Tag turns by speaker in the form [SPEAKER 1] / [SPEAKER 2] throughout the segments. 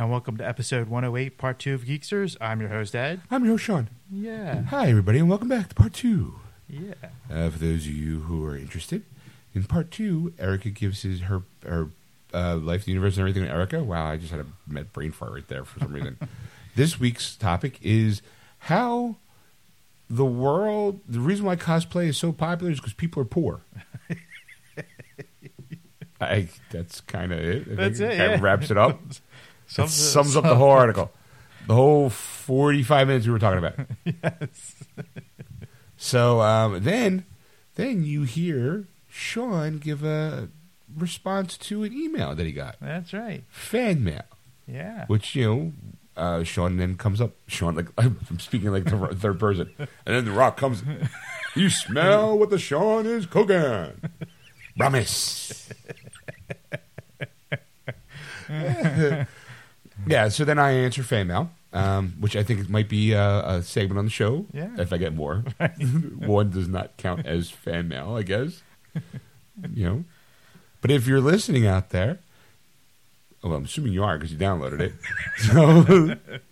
[SPEAKER 1] welcome to episode 108, part two of Geeksters. I'm your host, Ed.
[SPEAKER 2] I'm your host, Sean.
[SPEAKER 1] Yeah,
[SPEAKER 2] Hi, everybody, and welcome back to part two.
[SPEAKER 1] yeah.
[SPEAKER 2] Uh, for those of you who are interested, in part two, Erica gives his, her her uh, life, the universe, and everything. to Erica, wow, I just had a med- brain fart right there for some reason. this week's topic is how the world. The reason why cosplay is so popular is because people are poor. I, that's kind of it. I
[SPEAKER 1] That's
[SPEAKER 2] think
[SPEAKER 1] it,
[SPEAKER 2] That
[SPEAKER 1] yeah.
[SPEAKER 2] wraps it up.
[SPEAKER 1] Sums
[SPEAKER 2] it
[SPEAKER 1] it-
[SPEAKER 2] sums up the whole article. The whole 45 minutes we were talking about. yes. so um, then, then you hear Sean give a response to an email that he got,
[SPEAKER 1] That's right.
[SPEAKER 2] fan mail,
[SPEAKER 1] Yeah.
[SPEAKER 2] which you know. Uh, Sean then comes up. Sean, like I'm speaking like the ro- third person, and then the Rock comes. You smell what the Sean is cooking, Ramis. Yeah, so then I answer fan mail, um, which I think might be uh, a segment on the show.
[SPEAKER 1] Yeah.
[SPEAKER 2] If I get more. One does not count as fan mail, I guess. you know? But if you're listening out there, well, I'm assuming you are because you downloaded it. So,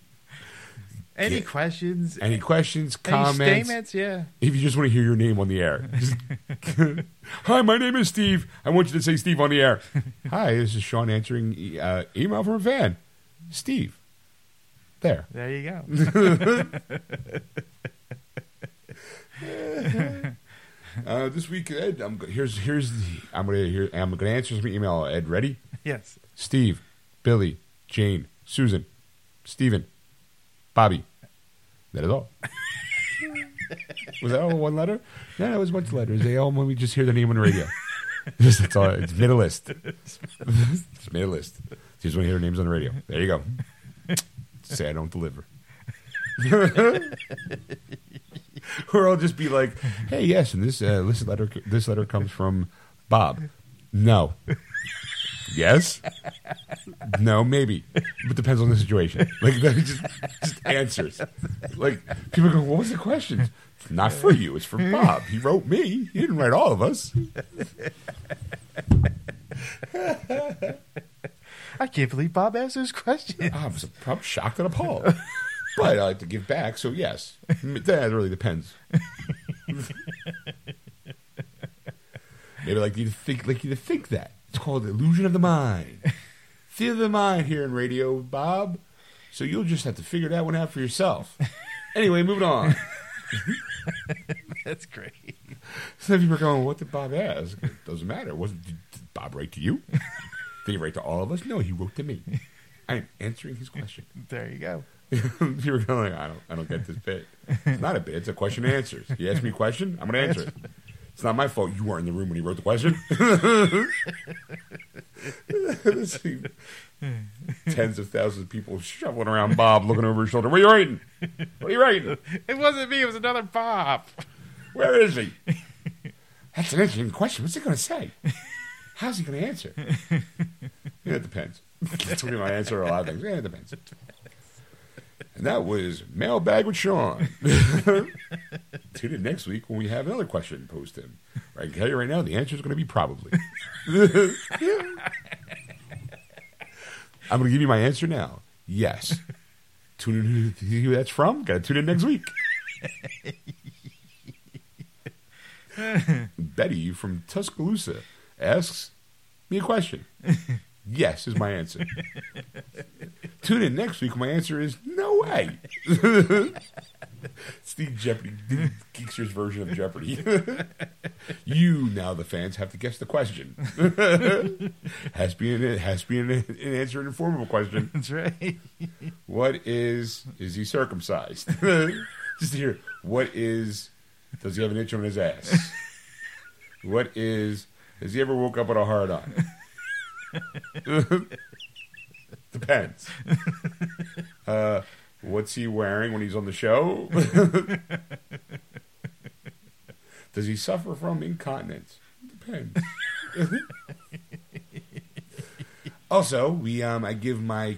[SPEAKER 1] Any
[SPEAKER 2] yeah.
[SPEAKER 1] questions?
[SPEAKER 2] any questions,
[SPEAKER 1] any
[SPEAKER 2] comments?
[SPEAKER 1] statements? Yeah.
[SPEAKER 2] If you just want to hear your name on the air. Hi, my name is Steve. I want you to say Steve on the air. Hi, this is Sean answering e- uh, email from a fan. Steve. There.
[SPEAKER 1] There you go.
[SPEAKER 2] Uh, this week, Ed, I'm go- here's here's the, I'm gonna here, I'm gonna answer some email. Ed, ready?
[SPEAKER 1] yes.
[SPEAKER 2] Steve, Billy, Jane, Susan, Stephen, Bobby. That is all. was that all one letter? No, that was a bunch of letters. They all when we just hear the name on the radio. Just that's all. It's middle list. it's middle list. Just want to hear their names on the radio. There you go. Say I don't deliver. or I'll just be like, "Hey, yes, and this uh, this letter this letter comes from Bob." No. Yes. No, maybe. But depends on the situation. Like they're just, just answers. Like people go, "What was the question?" It's Not for you. It's for Bob. He wrote me. He didn't write all of us.
[SPEAKER 1] I can't believe Bob asked those questions.
[SPEAKER 2] Ah, I was I'm shocked and appalled. But I like to give back, so yes. That really depends. Maybe like you to think like you to think that. It's called illusion of the mind. Theater of the mind here in radio, Bob. So you'll just have to figure that one out for yourself. Anyway, moving on.
[SPEAKER 1] That's great.
[SPEAKER 2] Some people are going, "What did Bob ask?" It doesn't matter. Was did did Bob write to you? Did he write to all of us? No, he wrote to me. I'm answering his question.
[SPEAKER 1] There you go.
[SPEAKER 2] you were going, I don't, I don't get this bit. It's not a bit. It's a question and answers. You ask me a question, I'm going to answer it. It's not my fault. You weren't in the room when he wrote the question. This thing- Tens of thousands of people shoveling around Bob, looking over his shoulder. What are you writing? What are you writing?
[SPEAKER 1] It wasn't me. It was another Bob.
[SPEAKER 2] Where is he? That's an interesting question. What's he going to say? How's he going to answer? Yeah, it depends. That's going to be my answer to a lot of things. Yeah, it depends. And that was Mailbag with Sean. Tune in next week when we have another question post in. I can tell you right now, the answer is going to be probably. I'm going to give you my answer now. Yes. Tune in to who that's from. Got to tune in next week. Betty from Tuscaloosa asks me a question. yes is my answer. Tune in next week. My answer is no way. it's the Jeopardy, the Geekster's version of Jeopardy. you now, the fans, have to guess the question. has to be an, it has to be an, an answer, an informal question.
[SPEAKER 1] That's right.
[SPEAKER 2] What is is he circumcised? Just to hear what is does he have an itch on his ass? What is has he ever woke up with a hard on? Depends. Uh, what's he wearing when he's on the show? does he suffer from incontinence? Depends. also, we um, I give my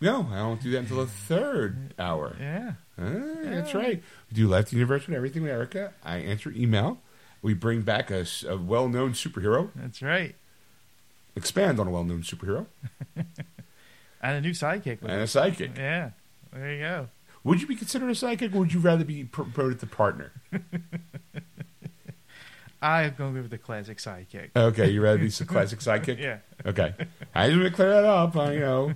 [SPEAKER 2] no, I don't do that until the third hour.
[SPEAKER 1] Yeah.
[SPEAKER 2] Ah, That's right. We do Life to the Universe with everything with Erica. I answer email. We bring back a, s- a well-known superhero.
[SPEAKER 1] That's right.
[SPEAKER 2] Expand on a well-known superhero.
[SPEAKER 3] And a new sidekick. With
[SPEAKER 2] and a
[SPEAKER 3] it.
[SPEAKER 2] psychic.
[SPEAKER 3] Yeah. There you go.
[SPEAKER 2] Would you be considered a psychic, or would you rather be pr- promoted to partner?
[SPEAKER 3] I'm going with the classic sidekick.
[SPEAKER 2] Okay, you rather be a classic sidekick.
[SPEAKER 3] Yeah.
[SPEAKER 2] Okay, I just want to clear that up. I you know,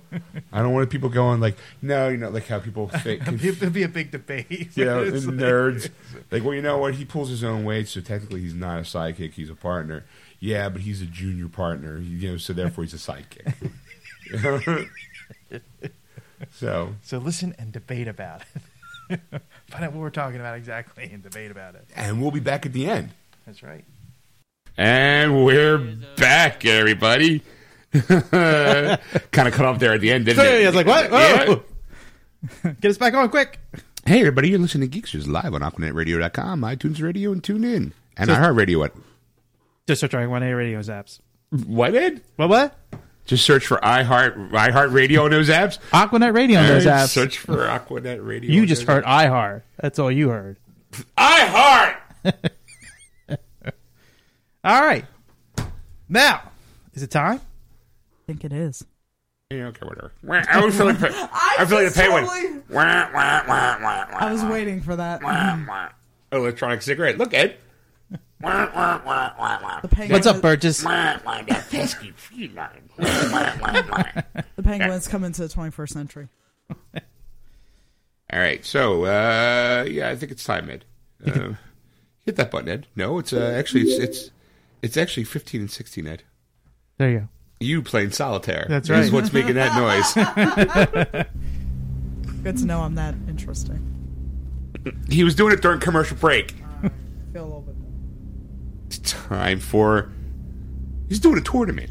[SPEAKER 2] I don't want people going like, no, you know, like how people think,
[SPEAKER 3] It'll be a big debate.
[SPEAKER 2] you know,
[SPEAKER 3] It's like-
[SPEAKER 2] nerds. Like, well, you know what? He pulls his own weight, so technically he's not a sidekick; he's a partner. Yeah, but he's a junior partner, you know, so therefore he's a sidekick. so,
[SPEAKER 3] So listen and debate about it. Find out what we're talking about exactly and debate about it.
[SPEAKER 2] and we'll be back at the end.
[SPEAKER 3] That's right.
[SPEAKER 2] And we're back, everybody. kind of cut off there at the end, didn't
[SPEAKER 1] Hey, I was like, what?
[SPEAKER 2] Yeah.
[SPEAKER 1] Whoa. Get us back on quick.
[SPEAKER 2] Hey, everybody, you're listening to Geeksters live on AquanetRadio.com, iTunes Radio, and tune in. And iHeartRadio at
[SPEAKER 1] Just search One A Radio apps.
[SPEAKER 2] what, Ed?
[SPEAKER 1] What? What?
[SPEAKER 2] Just search for iHeart iHeartRadio on those apps.
[SPEAKER 1] Aquanet Radio on those
[SPEAKER 2] And
[SPEAKER 1] apps.
[SPEAKER 2] Search for Aquanet Radio.
[SPEAKER 1] you
[SPEAKER 2] on
[SPEAKER 1] just
[SPEAKER 2] those
[SPEAKER 1] heard iHeart. That's all you heard.
[SPEAKER 2] apps.
[SPEAKER 1] All right. Now, is it time?
[SPEAKER 4] think it is.
[SPEAKER 2] iHeart. Yeah, okay, whatever. Wah, I was feeling. I feel like the pay one.
[SPEAKER 4] totally-
[SPEAKER 2] Wah, wah, wah, wah, wah,
[SPEAKER 4] I was waiting for that.
[SPEAKER 2] wah, wah. Electronic cigarette. Look, Ed. Wah, wah, wah, wah, wah.
[SPEAKER 4] The penguin,
[SPEAKER 1] What's up, Burgess?
[SPEAKER 2] Wah, wah, that pesky feline. Wah, wah, wah.
[SPEAKER 4] The penguins come into the 21st century.
[SPEAKER 2] All right, so uh, yeah, I think it's time, Ed. Uh, hit that button, Ed. No, it's uh, actually it's, it's it's actually fifteen and sixteen, Ed.
[SPEAKER 1] There you go.
[SPEAKER 2] You playing solitaire.
[SPEAKER 3] That's
[SPEAKER 2] Is
[SPEAKER 3] right.
[SPEAKER 2] what's making that noise.
[SPEAKER 4] Good to know I'm that interesting.
[SPEAKER 2] he was doing it during commercial break.
[SPEAKER 4] Feel a little bit.
[SPEAKER 2] It's time for. He's doing a tournament.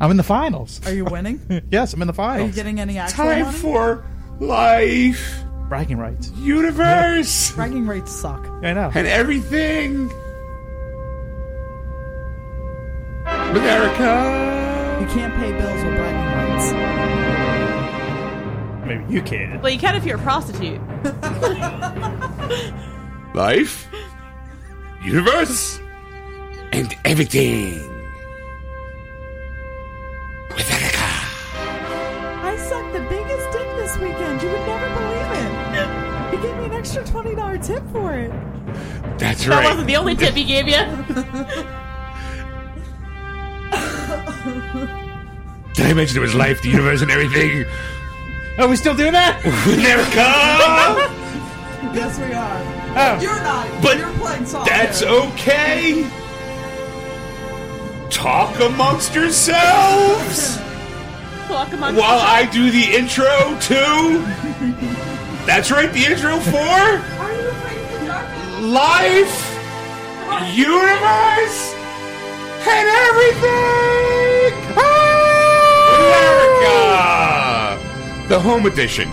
[SPEAKER 1] I'm in the finals.
[SPEAKER 4] Are you winning?
[SPEAKER 1] Yes, I'm in the
[SPEAKER 4] Are you
[SPEAKER 1] finals.
[SPEAKER 4] getting any actual
[SPEAKER 2] Time
[SPEAKER 4] money?
[SPEAKER 2] for life,
[SPEAKER 1] Bragging rights.
[SPEAKER 2] universe,
[SPEAKER 4] Bragging rates suck.
[SPEAKER 1] I know.
[SPEAKER 2] and everything. America.
[SPEAKER 4] You can't pay bills with bragging rights.
[SPEAKER 1] Maybe you can.
[SPEAKER 5] Well, you can if you're a prostitute.
[SPEAKER 2] life, universe, and everything. With Erica.
[SPEAKER 4] I sucked the biggest dick this weekend. You would never believe it. He gave me an extra $20 tip for it.
[SPEAKER 2] That's
[SPEAKER 5] That
[SPEAKER 2] right.
[SPEAKER 5] wasn't the only tip he gave you.
[SPEAKER 2] Did I mention it was life, the universe, and everything?
[SPEAKER 1] Are we still doing that?
[SPEAKER 2] With Erica.
[SPEAKER 4] Yes, we are.
[SPEAKER 1] Oh.
[SPEAKER 4] You're not.
[SPEAKER 2] But
[SPEAKER 4] You're playing solitaire.
[SPEAKER 2] That's okay. Talk amongst yourselves
[SPEAKER 5] Walk amongst
[SPEAKER 2] while
[SPEAKER 5] yourselves.
[SPEAKER 2] I do the intro to. That's right, the intro for.
[SPEAKER 4] Are you afraid of the dark?
[SPEAKER 2] life, universe, and everything. America, Ah! the home edition.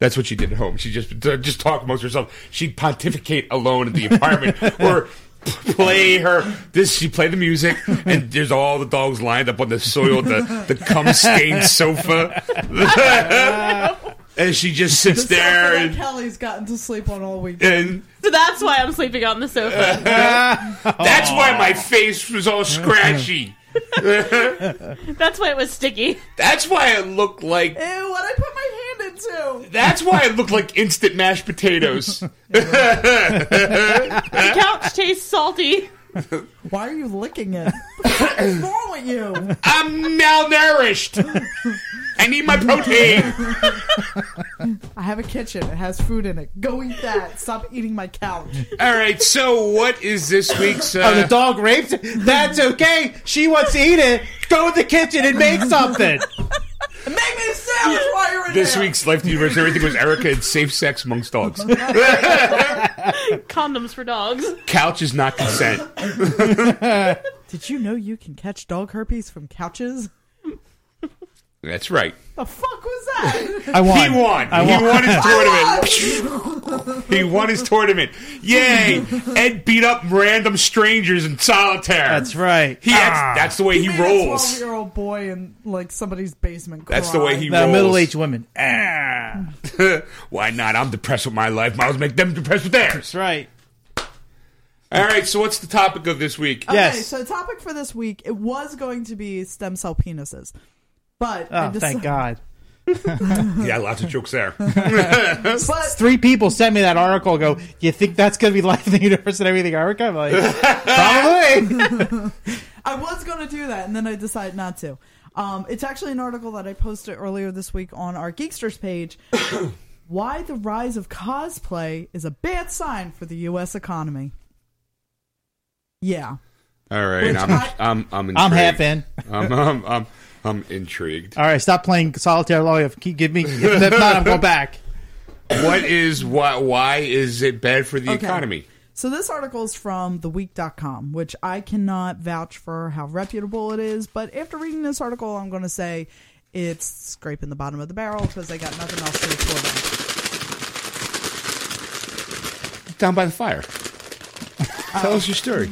[SPEAKER 2] That's what she did at home. She just uh, just talk amongst herself. She'd pontificate alone in the apartment or play her this she played the music and there's all the dogs lined up on the soil, the, the cum stained sofa. and she just sits there
[SPEAKER 4] Something that
[SPEAKER 2] and,
[SPEAKER 4] Kelly's gotten to sleep on all week.
[SPEAKER 2] and
[SPEAKER 5] So that's why I'm sleeping on the sofa.
[SPEAKER 2] that's why my face was all scratchy.
[SPEAKER 5] that's why it was sticky.
[SPEAKER 2] That's why it looked like
[SPEAKER 4] Ew, what I put my hand into.
[SPEAKER 2] that's why it looked like instant mashed potatoes.
[SPEAKER 5] The couch tastes salty.
[SPEAKER 4] Why are you licking it? What's wrong with you?
[SPEAKER 2] I'm malnourished. I need my protein.
[SPEAKER 4] I have a kitchen. It has food in it. Go eat that. Stop eating my couch.
[SPEAKER 2] All right, so what is this week's? Uh,
[SPEAKER 1] Oh, the dog raped? That's okay. She wants to eat it. Go in the kitchen and make something.
[SPEAKER 4] Make me a sandwich while you're in
[SPEAKER 2] this
[SPEAKER 4] there.
[SPEAKER 2] week's Life Universe, everything was Erica and safe sex amongst dogs.
[SPEAKER 5] Condoms for dogs.
[SPEAKER 2] Couch is not consent.
[SPEAKER 4] Did you know you can catch dog herpes from couches?
[SPEAKER 2] That's right.
[SPEAKER 4] The fuck was that?
[SPEAKER 1] I won.
[SPEAKER 2] He won.
[SPEAKER 1] I
[SPEAKER 2] He
[SPEAKER 1] won.
[SPEAKER 2] won his tournament. he won his tournament. Yay! Ed beat up random strangers in solitaire.
[SPEAKER 1] That's right.
[SPEAKER 2] He, that's, that's the way he rolls.
[SPEAKER 4] Twelve-year-old boy in like somebody's basement.
[SPEAKER 2] That's the way he
[SPEAKER 1] the
[SPEAKER 2] rolls.
[SPEAKER 1] middle-aged women. Ah,
[SPEAKER 2] Why not? I'm depressed with my life. Might as well make them depressed with theirs.
[SPEAKER 1] that's right.
[SPEAKER 2] All right, so what's the topic of this week?
[SPEAKER 1] Yes.
[SPEAKER 4] so topic for this week it was going to be stem cell penises, but I
[SPEAKER 1] Oh, thank
[SPEAKER 4] decided-
[SPEAKER 1] God.
[SPEAKER 4] Uh-huh.
[SPEAKER 2] Yeah, lots of jokes there.
[SPEAKER 4] But
[SPEAKER 1] Three people sent me that article. Go, you think that's gonna be life in the universe and everything? Erica, I'm like, probably.
[SPEAKER 4] I was going to do that, and then I decided not to. Um, it's actually an article that I posted earlier this week on our Geeksters page. Why the rise of cosplay is a bad sign for the U.S. economy. Yeah.
[SPEAKER 2] All right, I'm,
[SPEAKER 4] I-
[SPEAKER 2] I'm, I'm, intrigued.
[SPEAKER 1] I'm half in.
[SPEAKER 2] I'm, I'm, I'm, I'm intrigued.
[SPEAKER 1] All right, stop playing solitaire lawyer. Keep give me. If not, I'm going back.
[SPEAKER 2] What is why? Why is it bad for the
[SPEAKER 4] Okay.
[SPEAKER 2] economy?
[SPEAKER 4] So this article is from theweek.com, which I cannot vouch for how reputable it is, but after reading this article, I'm going to say it's scraping the bottom of the barrel because I got nothing else to report on.
[SPEAKER 2] Down by the fire. Tell us your story.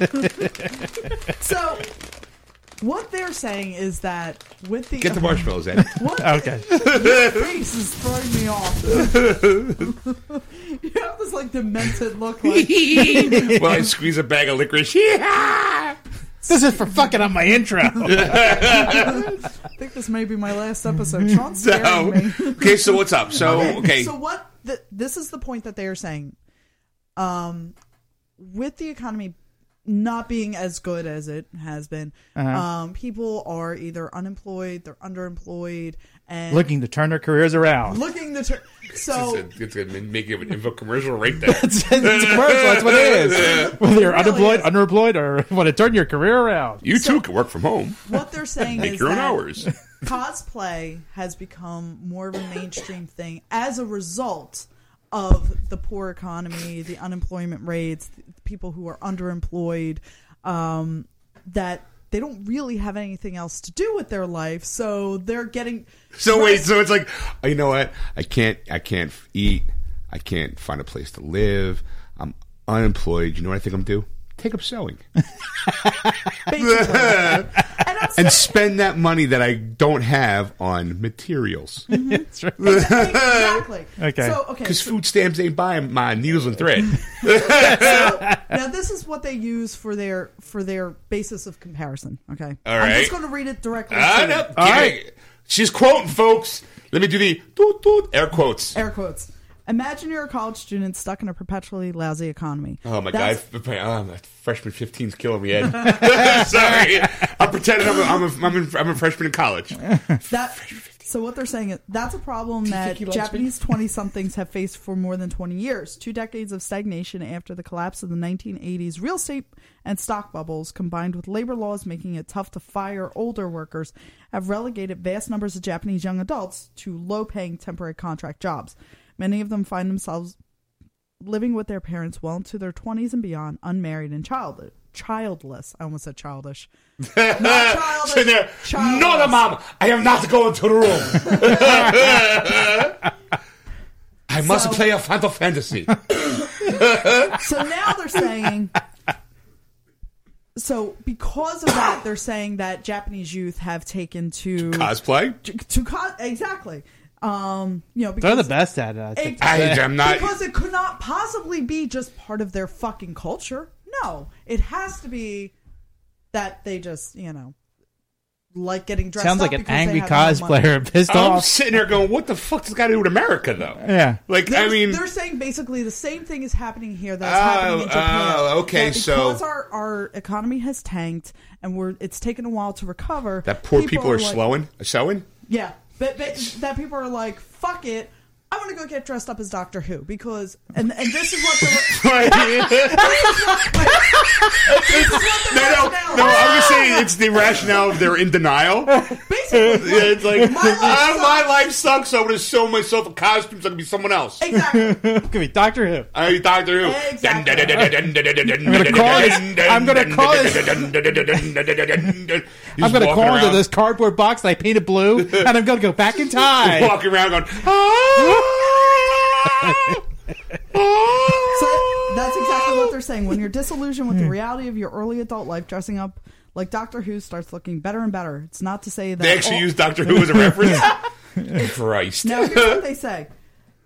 [SPEAKER 4] So, what they're saying is that with the
[SPEAKER 2] Get the marshmallows in.
[SPEAKER 4] what
[SPEAKER 1] Okay.
[SPEAKER 4] face is throwing me off. you have this like demented look. Like,
[SPEAKER 2] well, I squeeze a bag of licorice. Yeah!
[SPEAKER 1] This is for fucking on my intro.
[SPEAKER 4] I think this may be my last episode. Sean's scaring
[SPEAKER 2] So,
[SPEAKER 4] me.
[SPEAKER 2] okay, so what's up? So, okay,
[SPEAKER 4] So what? The, this is the point that they are saying. Um, with the economy not being as good as it has been, um, people are either unemployed, they're underemployed, and
[SPEAKER 1] Looking to turn their careers around.
[SPEAKER 4] looking to tur- so.
[SPEAKER 2] it's, a, it's a making of an infomercial right there.
[SPEAKER 1] it's a commercial. That's what it is. Whether you're unemployed,
[SPEAKER 4] is.
[SPEAKER 1] underemployed, or want to turn your career around.
[SPEAKER 2] You too can work from home.
[SPEAKER 4] what they're saying
[SPEAKER 2] Make
[SPEAKER 4] is
[SPEAKER 2] your own
[SPEAKER 4] that
[SPEAKER 2] hours.
[SPEAKER 4] cosplay has become more of a mainstream thing as a result of the poor economy, the unemployment rates, the people who are underemployed, um, that they don't really have anything else to do with their life, so they're getting
[SPEAKER 2] So wait, so it's like you know what? I can't, I can't eat. I can't find a place to live. I'm unemployed. You know what I think I'm gonna do? Take up sewing
[SPEAKER 4] basically. and I'm
[SPEAKER 2] and
[SPEAKER 4] saying,
[SPEAKER 2] spend that money that I don't have on materials
[SPEAKER 1] That's right.
[SPEAKER 4] exactly.
[SPEAKER 1] Okay.
[SPEAKER 4] So okay.
[SPEAKER 2] because food stamps ain't buying my needles and thread.
[SPEAKER 4] so, now this is what they use for their for their basis of comparison. Okay.
[SPEAKER 2] All
[SPEAKER 4] I'm
[SPEAKER 2] right.
[SPEAKER 4] just going to read it directly.
[SPEAKER 2] I
[SPEAKER 4] to you.
[SPEAKER 2] know. All right, she's quoting folks. Let me do the toot toot air quotes.
[SPEAKER 4] air quotes. Imagine you're a college student stuck in a perpetually lousy economy.
[SPEAKER 2] Oh my
[SPEAKER 4] That's-
[SPEAKER 2] god! Oh, my freshman 15's killing me, Ed. Sorry, I'm pretending I'm a, I'm, a, I'm, a, I'm a freshman in college.
[SPEAKER 4] That, so what they're saying is that's a problem that
[SPEAKER 2] think he likes me?
[SPEAKER 4] Japanese 20 somethings have faced for more than 20 years. Two decades of stagnation after the collapse of the 1980s real estate and stock bubbles, combined with labor laws making it tough to fire older workers, have relegated vast numbers of Japanese young adults to low paying temporary contract jobs. Many of them find themselves living with their parents well into their 20s and beyond, unmarried and child- childless. I almost said childish. Not childish.
[SPEAKER 2] Sitting there,
[SPEAKER 4] childless.
[SPEAKER 2] no, the mom. I am not going to the room. I must
[SPEAKER 4] So-
[SPEAKER 2] play a Final Fantasy.
[SPEAKER 4] So now they're saying. So because of that, they're saying that Japanese youth have taken to
[SPEAKER 2] Cosplay?
[SPEAKER 4] to, to co- exactly. Um, you know,
[SPEAKER 1] They're
[SPEAKER 4] because
[SPEAKER 1] the best at it.
[SPEAKER 4] It-
[SPEAKER 2] I am not.
[SPEAKER 4] because it could not possibly be just part of their fucking culture. No, it has to be that they just you know like getting dressed.
[SPEAKER 1] Sounds
[SPEAKER 4] up
[SPEAKER 1] like an
[SPEAKER 4] because they
[SPEAKER 1] angry
[SPEAKER 4] have no money.
[SPEAKER 1] cosplayer pissed
[SPEAKER 2] I'm
[SPEAKER 1] off.
[SPEAKER 2] sitting there going, what the fuck does this got to do with America, though?
[SPEAKER 1] Yeah.
[SPEAKER 2] Like,
[SPEAKER 4] They're,
[SPEAKER 2] I mean,
[SPEAKER 4] they're saying basically the same thing is happening here that's
[SPEAKER 2] Oh,
[SPEAKER 4] happening in Japan.
[SPEAKER 2] oh, okay,
[SPEAKER 4] That
[SPEAKER 2] so-
[SPEAKER 4] because our, our economy has tanked and we're it's taken a while to recover.
[SPEAKER 2] that poor people, are,
[SPEAKER 4] like-
[SPEAKER 2] slowing, sewing.
[SPEAKER 4] Yeah, but, but that people are like, fuck it, I want to go get dressed up as Doctor Who because and and this is what the
[SPEAKER 2] Right? no, no, no. I'm
[SPEAKER 4] Ah!
[SPEAKER 2] just saying it's the rationale of they're in denial.
[SPEAKER 4] basically
[SPEAKER 2] Yeah, it's like,
[SPEAKER 4] My life
[SPEAKER 2] "Ah, my
[SPEAKER 4] sucks."
[SPEAKER 2] life sucks. I would have sewn myself a costume so I could be someone else.
[SPEAKER 4] exactly.
[SPEAKER 1] Could be Doctor Who.
[SPEAKER 2] I mean, Doctor Who.
[SPEAKER 4] Exactly.
[SPEAKER 2] I'm
[SPEAKER 1] gonna call this- I'm gonna call this- I'm gonna call into this cardboard box that I painted blue, and I'm gonna go back in time.
[SPEAKER 2] Walking around going. "Ah, ah."
[SPEAKER 4] So that's exactly what they're saying. When you're disillusioned with the reality of your early adult life, dressing up like Doctor Who starts looking better and better. It's not to say that
[SPEAKER 2] They actually
[SPEAKER 4] all-
[SPEAKER 2] used Doctor Who as a reference. Oh, Christ.
[SPEAKER 4] Now here's what they say.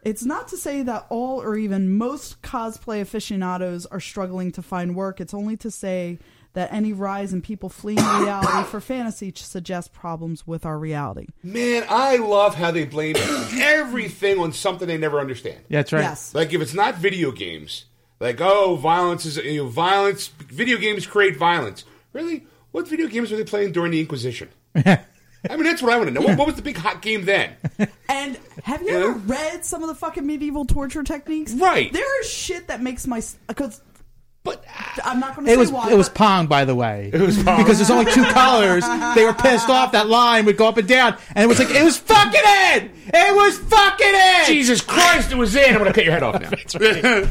[SPEAKER 4] It's not to say that all or even most cosplay aficionados are struggling to find work. It's only to say that any rise in people fleeing reality for fantasy suggests problems with our reality.
[SPEAKER 2] Man, I love how they blame everything on something they never understand.
[SPEAKER 6] Yeah, that's right.
[SPEAKER 4] Yes.
[SPEAKER 2] Like if it's not video games, like oh, violence is you know, violence. Video games create violence. Really? What video games were they playing during the Inquisition? I mean, that's what I want to know. What, what was the big hot game then?
[SPEAKER 4] And have you ever read some of the fucking medieval torture techniques?
[SPEAKER 2] Right.
[SPEAKER 4] There is shit that makes my because
[SPEAKER 2] But
[SPEAKER 4] I'm not going to say
[SPEAKER 1] It was
[SPEAKER 4] why.
[SPEAKER 1] it was
[SPEAKER 4] but-
[SPEAKER 1] Pong, by the way. It
[SPEAKER 2] was Pong.
[SPEAKER 1] because there's only two colors. They were pissed off that line would go up and down, and it was like it was fucking in. It was fucking in.
[SPEAKER 2] Jesus Christ, it was in. I'm gonna cut your head off now. Uh,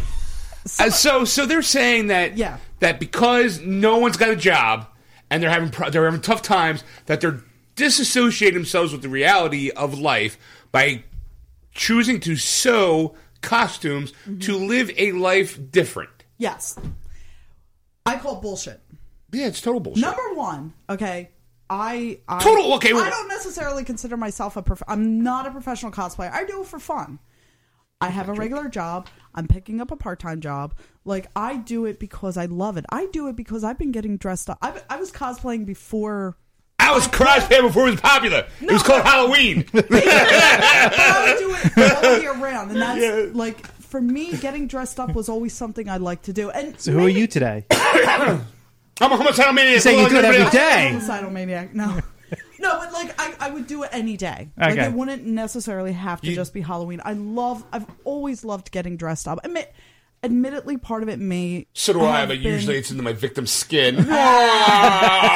[SPEAKER 2] so, so they're saying that
[SPEAKER 4] Yeah.
[SPEAKER 2] that because no one's got a job and they're having pro- they're having tough times that they're disassociating themselves with the reality of life by choosing to sew costumes to live a life different.
[SPEAKER 4] yes. I call bullshit.
[SPEAKER 2] Yeah, it's total bullshit.
[SPEAKER 4] Number one, okay. I, I
[SPEAKER 2] Total- okay, well-
[SPEAKER 4] I don't necessarily consider myself a prof- I'm not a professional cosplayer. I do it for fun. I have a regular job. I'm picking up a part-time job. Like I do it because I love it. I do it because I've been getting dressed up. I, I was cosplaying before.
[SPEAKER 2] I was cosplaying before it was popular. it was called Halloween.
[SPEAKER 4] But I would do it all year round, and that's like for me, getting dressed up was always something I like to do. And
[SPEAKER 1] So who are you today?
[SPEAKER 2] I'm a homicidal maniac.
[SPEAKER 1] saying you do it every
[SPEAKER 2] Everybody else-
[SPEAKER 1] day.
[SPEAKER 4] I'm a homicidal maniac. No. No, but like I, I would do it any day. Like
[SPEAKER 6] Okay.
[SPEAKER 4] it wouldn't necessarily have to
[SPEAKER 2] You-
[SPEAKER 4] just be Halloween. I love. I've always loved getting dressed up. Admit, admittedly, part of it may.
[SPEAKER 2] So do I,
[SPEAKER 4] have
[SPEAKER 2] but
[SPEAKER 4] been-
[SPEAKER 2] usually it's into my victim's skin.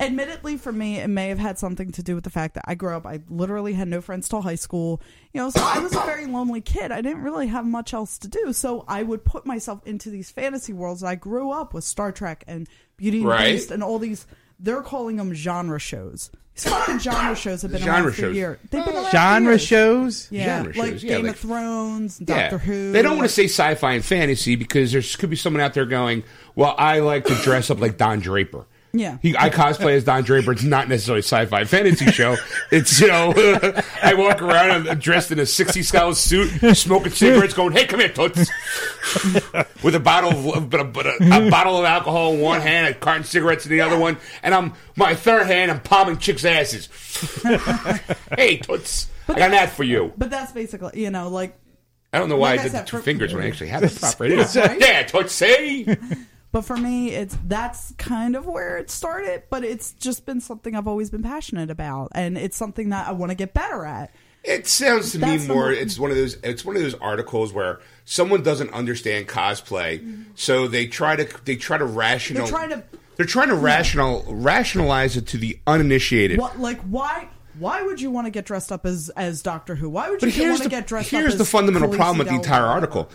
[SPEAKER 4] Admittedly, for me, it may have had something to do with the fact that I grew up. I literally had no friends till high school. You know, so I was a very lonely kid. I didn't really have much else to do. So I would put myself into these fantasy worlds. I grew up with Star Trek and Beauty and the
[SPEAKER 2] Right.
[SPEAKER 4] Beast and all these. They're calling them genre shows. These fucking genre shows have been
[SPEAKER 2] Genre
[SPEAKER 4] around for
[SPEAKER 2] shows.
[SPEAKER 4] years. They've been around for
[SPEAKER 1] Genre
[SPEAKER 4] years.
[SPEAKER 1] shows.
[SPEAKER 4] Yeah,
[SPEAKER 2] Genre
[SPEAKER 4] like
[SPEAKER 2] shows, yeah,
[SPEAKER 4] Game
[SPEAKER 2] like-
[SPEAKER 4] of Thrones, and
[SPEAKER 2] Yeah.
[SPEAKER 4] Doctor Who.
[SPEAKER 2] They don't want to say sci-fi and fantasy because there could be someone out there going, "Well, I like to dress up like Don Draper."
[SPEAKER 4] Yeah.
[SPEAKER 2] he, I cosplay as Don Draper. It's not necessarily a sci-fi and fantasy show. It's you know, I walk around I'm dressed in a sixty style suit, smoking cigarettes, going, "Hey, come here, toots," with a bottle of but a, but a, a bottle of alcohol in one hand, a carton of cigarettes in the other one, and I'm my third hand, I'm palming chicks' asses. hey, toots, I got an ad for you.
[SPEAKER 4] But that's basically, you know, like.
[SPEAKER 2] I don't know why
[SPEAKER 4] Like
[SPEAKER 2] I
[SPEAKER 4] I
[SPEAKER 2] did the
[SPEAKER 4] said,
[SPEAKER 2] two
[SPEAKER 4] for-
[SPEAKER 2] fingers when I actually had the proper. It is.
[SPEAKER 4] Right?
[SPEAKER 2] Yeah, touch say.
[SPEAKER 4] But for me, it's that's kind of where it started. But it's just been something I've always been passionate about, and it's something that I want to get better at.
[SPEAKER 2] It sounds to me
[SPEAKER 4] That's the
[SPEAKER 2] more.
[SPEAKER 4] one-
[SPEAKER 2] It's one of those. It's one of those articles where someone doesn't understand cosplay, so they try to they try to rational.
[SPEAKER 4] Mm-hmm. They're trying to- Hmm.
[SPEAKER 2] They're trying to rational rationalize it to the uninitiated.
[SPEAKER 4] What, like, why? Why would you want to get dressed up as as Doctor Who? Why would
[SPEAKER 2] But
[SPEAKER 4] you get-
[SPEAKER 2] here's
[SPEAKER 4] want
[SPEAKER 2] the
[SPEAKER 4] to get dressed up?
[SPEAKER 2] here's
[SPEAKER 4] as
[SPEAKER 2] the fundamental
[SPEAKER 4] Khaleesi
[SPEAKER 2] problem with the
[SPEAKER 4] Del-
[SPEAKER 2] entire article.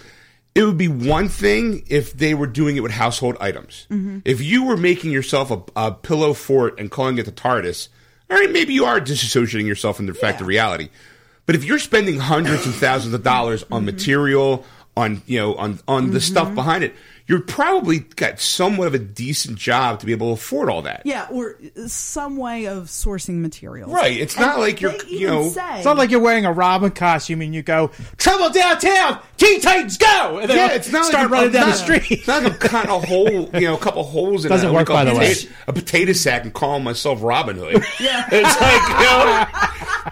[SPEAKER 2] It would be one thing if they were doing it with household items.
[SPEAKER 4] Mm-hmm.
[SPEAKER 2] If you were making yourself a, a pillow fort and calling it the TARDIS, all right, maybe you are disassociating yourself from the fact of
[SPEAKER 4] Yeah.
[SPEAKER 2] reality. But if you're spending hundreds and thousands of dollars on
[SPEAKER 4] Mm-hmm.
[SPEAKER 2] material, on you know, on on the stuff behind it, you're probably got somewhat of a decent job to be able to afford all that.
[SPEAKER 4] Yeah, or some way of sourcing materials.
[SPEAKER 2] Right. It's not like you're
[SPEAKER 4] They
[SPEAKER 2] you
[SPEAKER 4] even
[SPEAKER 2] know
[SPEAKER 4] say-
[SPEAKER 1] It's not like you're wearing a Robin costume and you go trouble downtown, Teen Titans go, and then
[SPEAKER 2] Yeah, it's not
[SPEAKER 1] start
[SPEAKER 2] like a-
[SPEAKER 1] running down
[SPEAKER 2] not-
[SPEAKER 1] the street.
[SPEAKER 2] It's not like I'm cutting a hole, you know, a couple holes in
[SPEAKER 1] Doesn't
[SPEAKER 2] a,
[SPEAKER 1] work,
[SPEAKER 2] like
[SPEAKER 1] by
[SPEAKER 2] a
[SPEAKER 1] the way.
[SPEAKER 2] potato, a potato sack and calling myself Robin Hood. Yeah, it's like you know,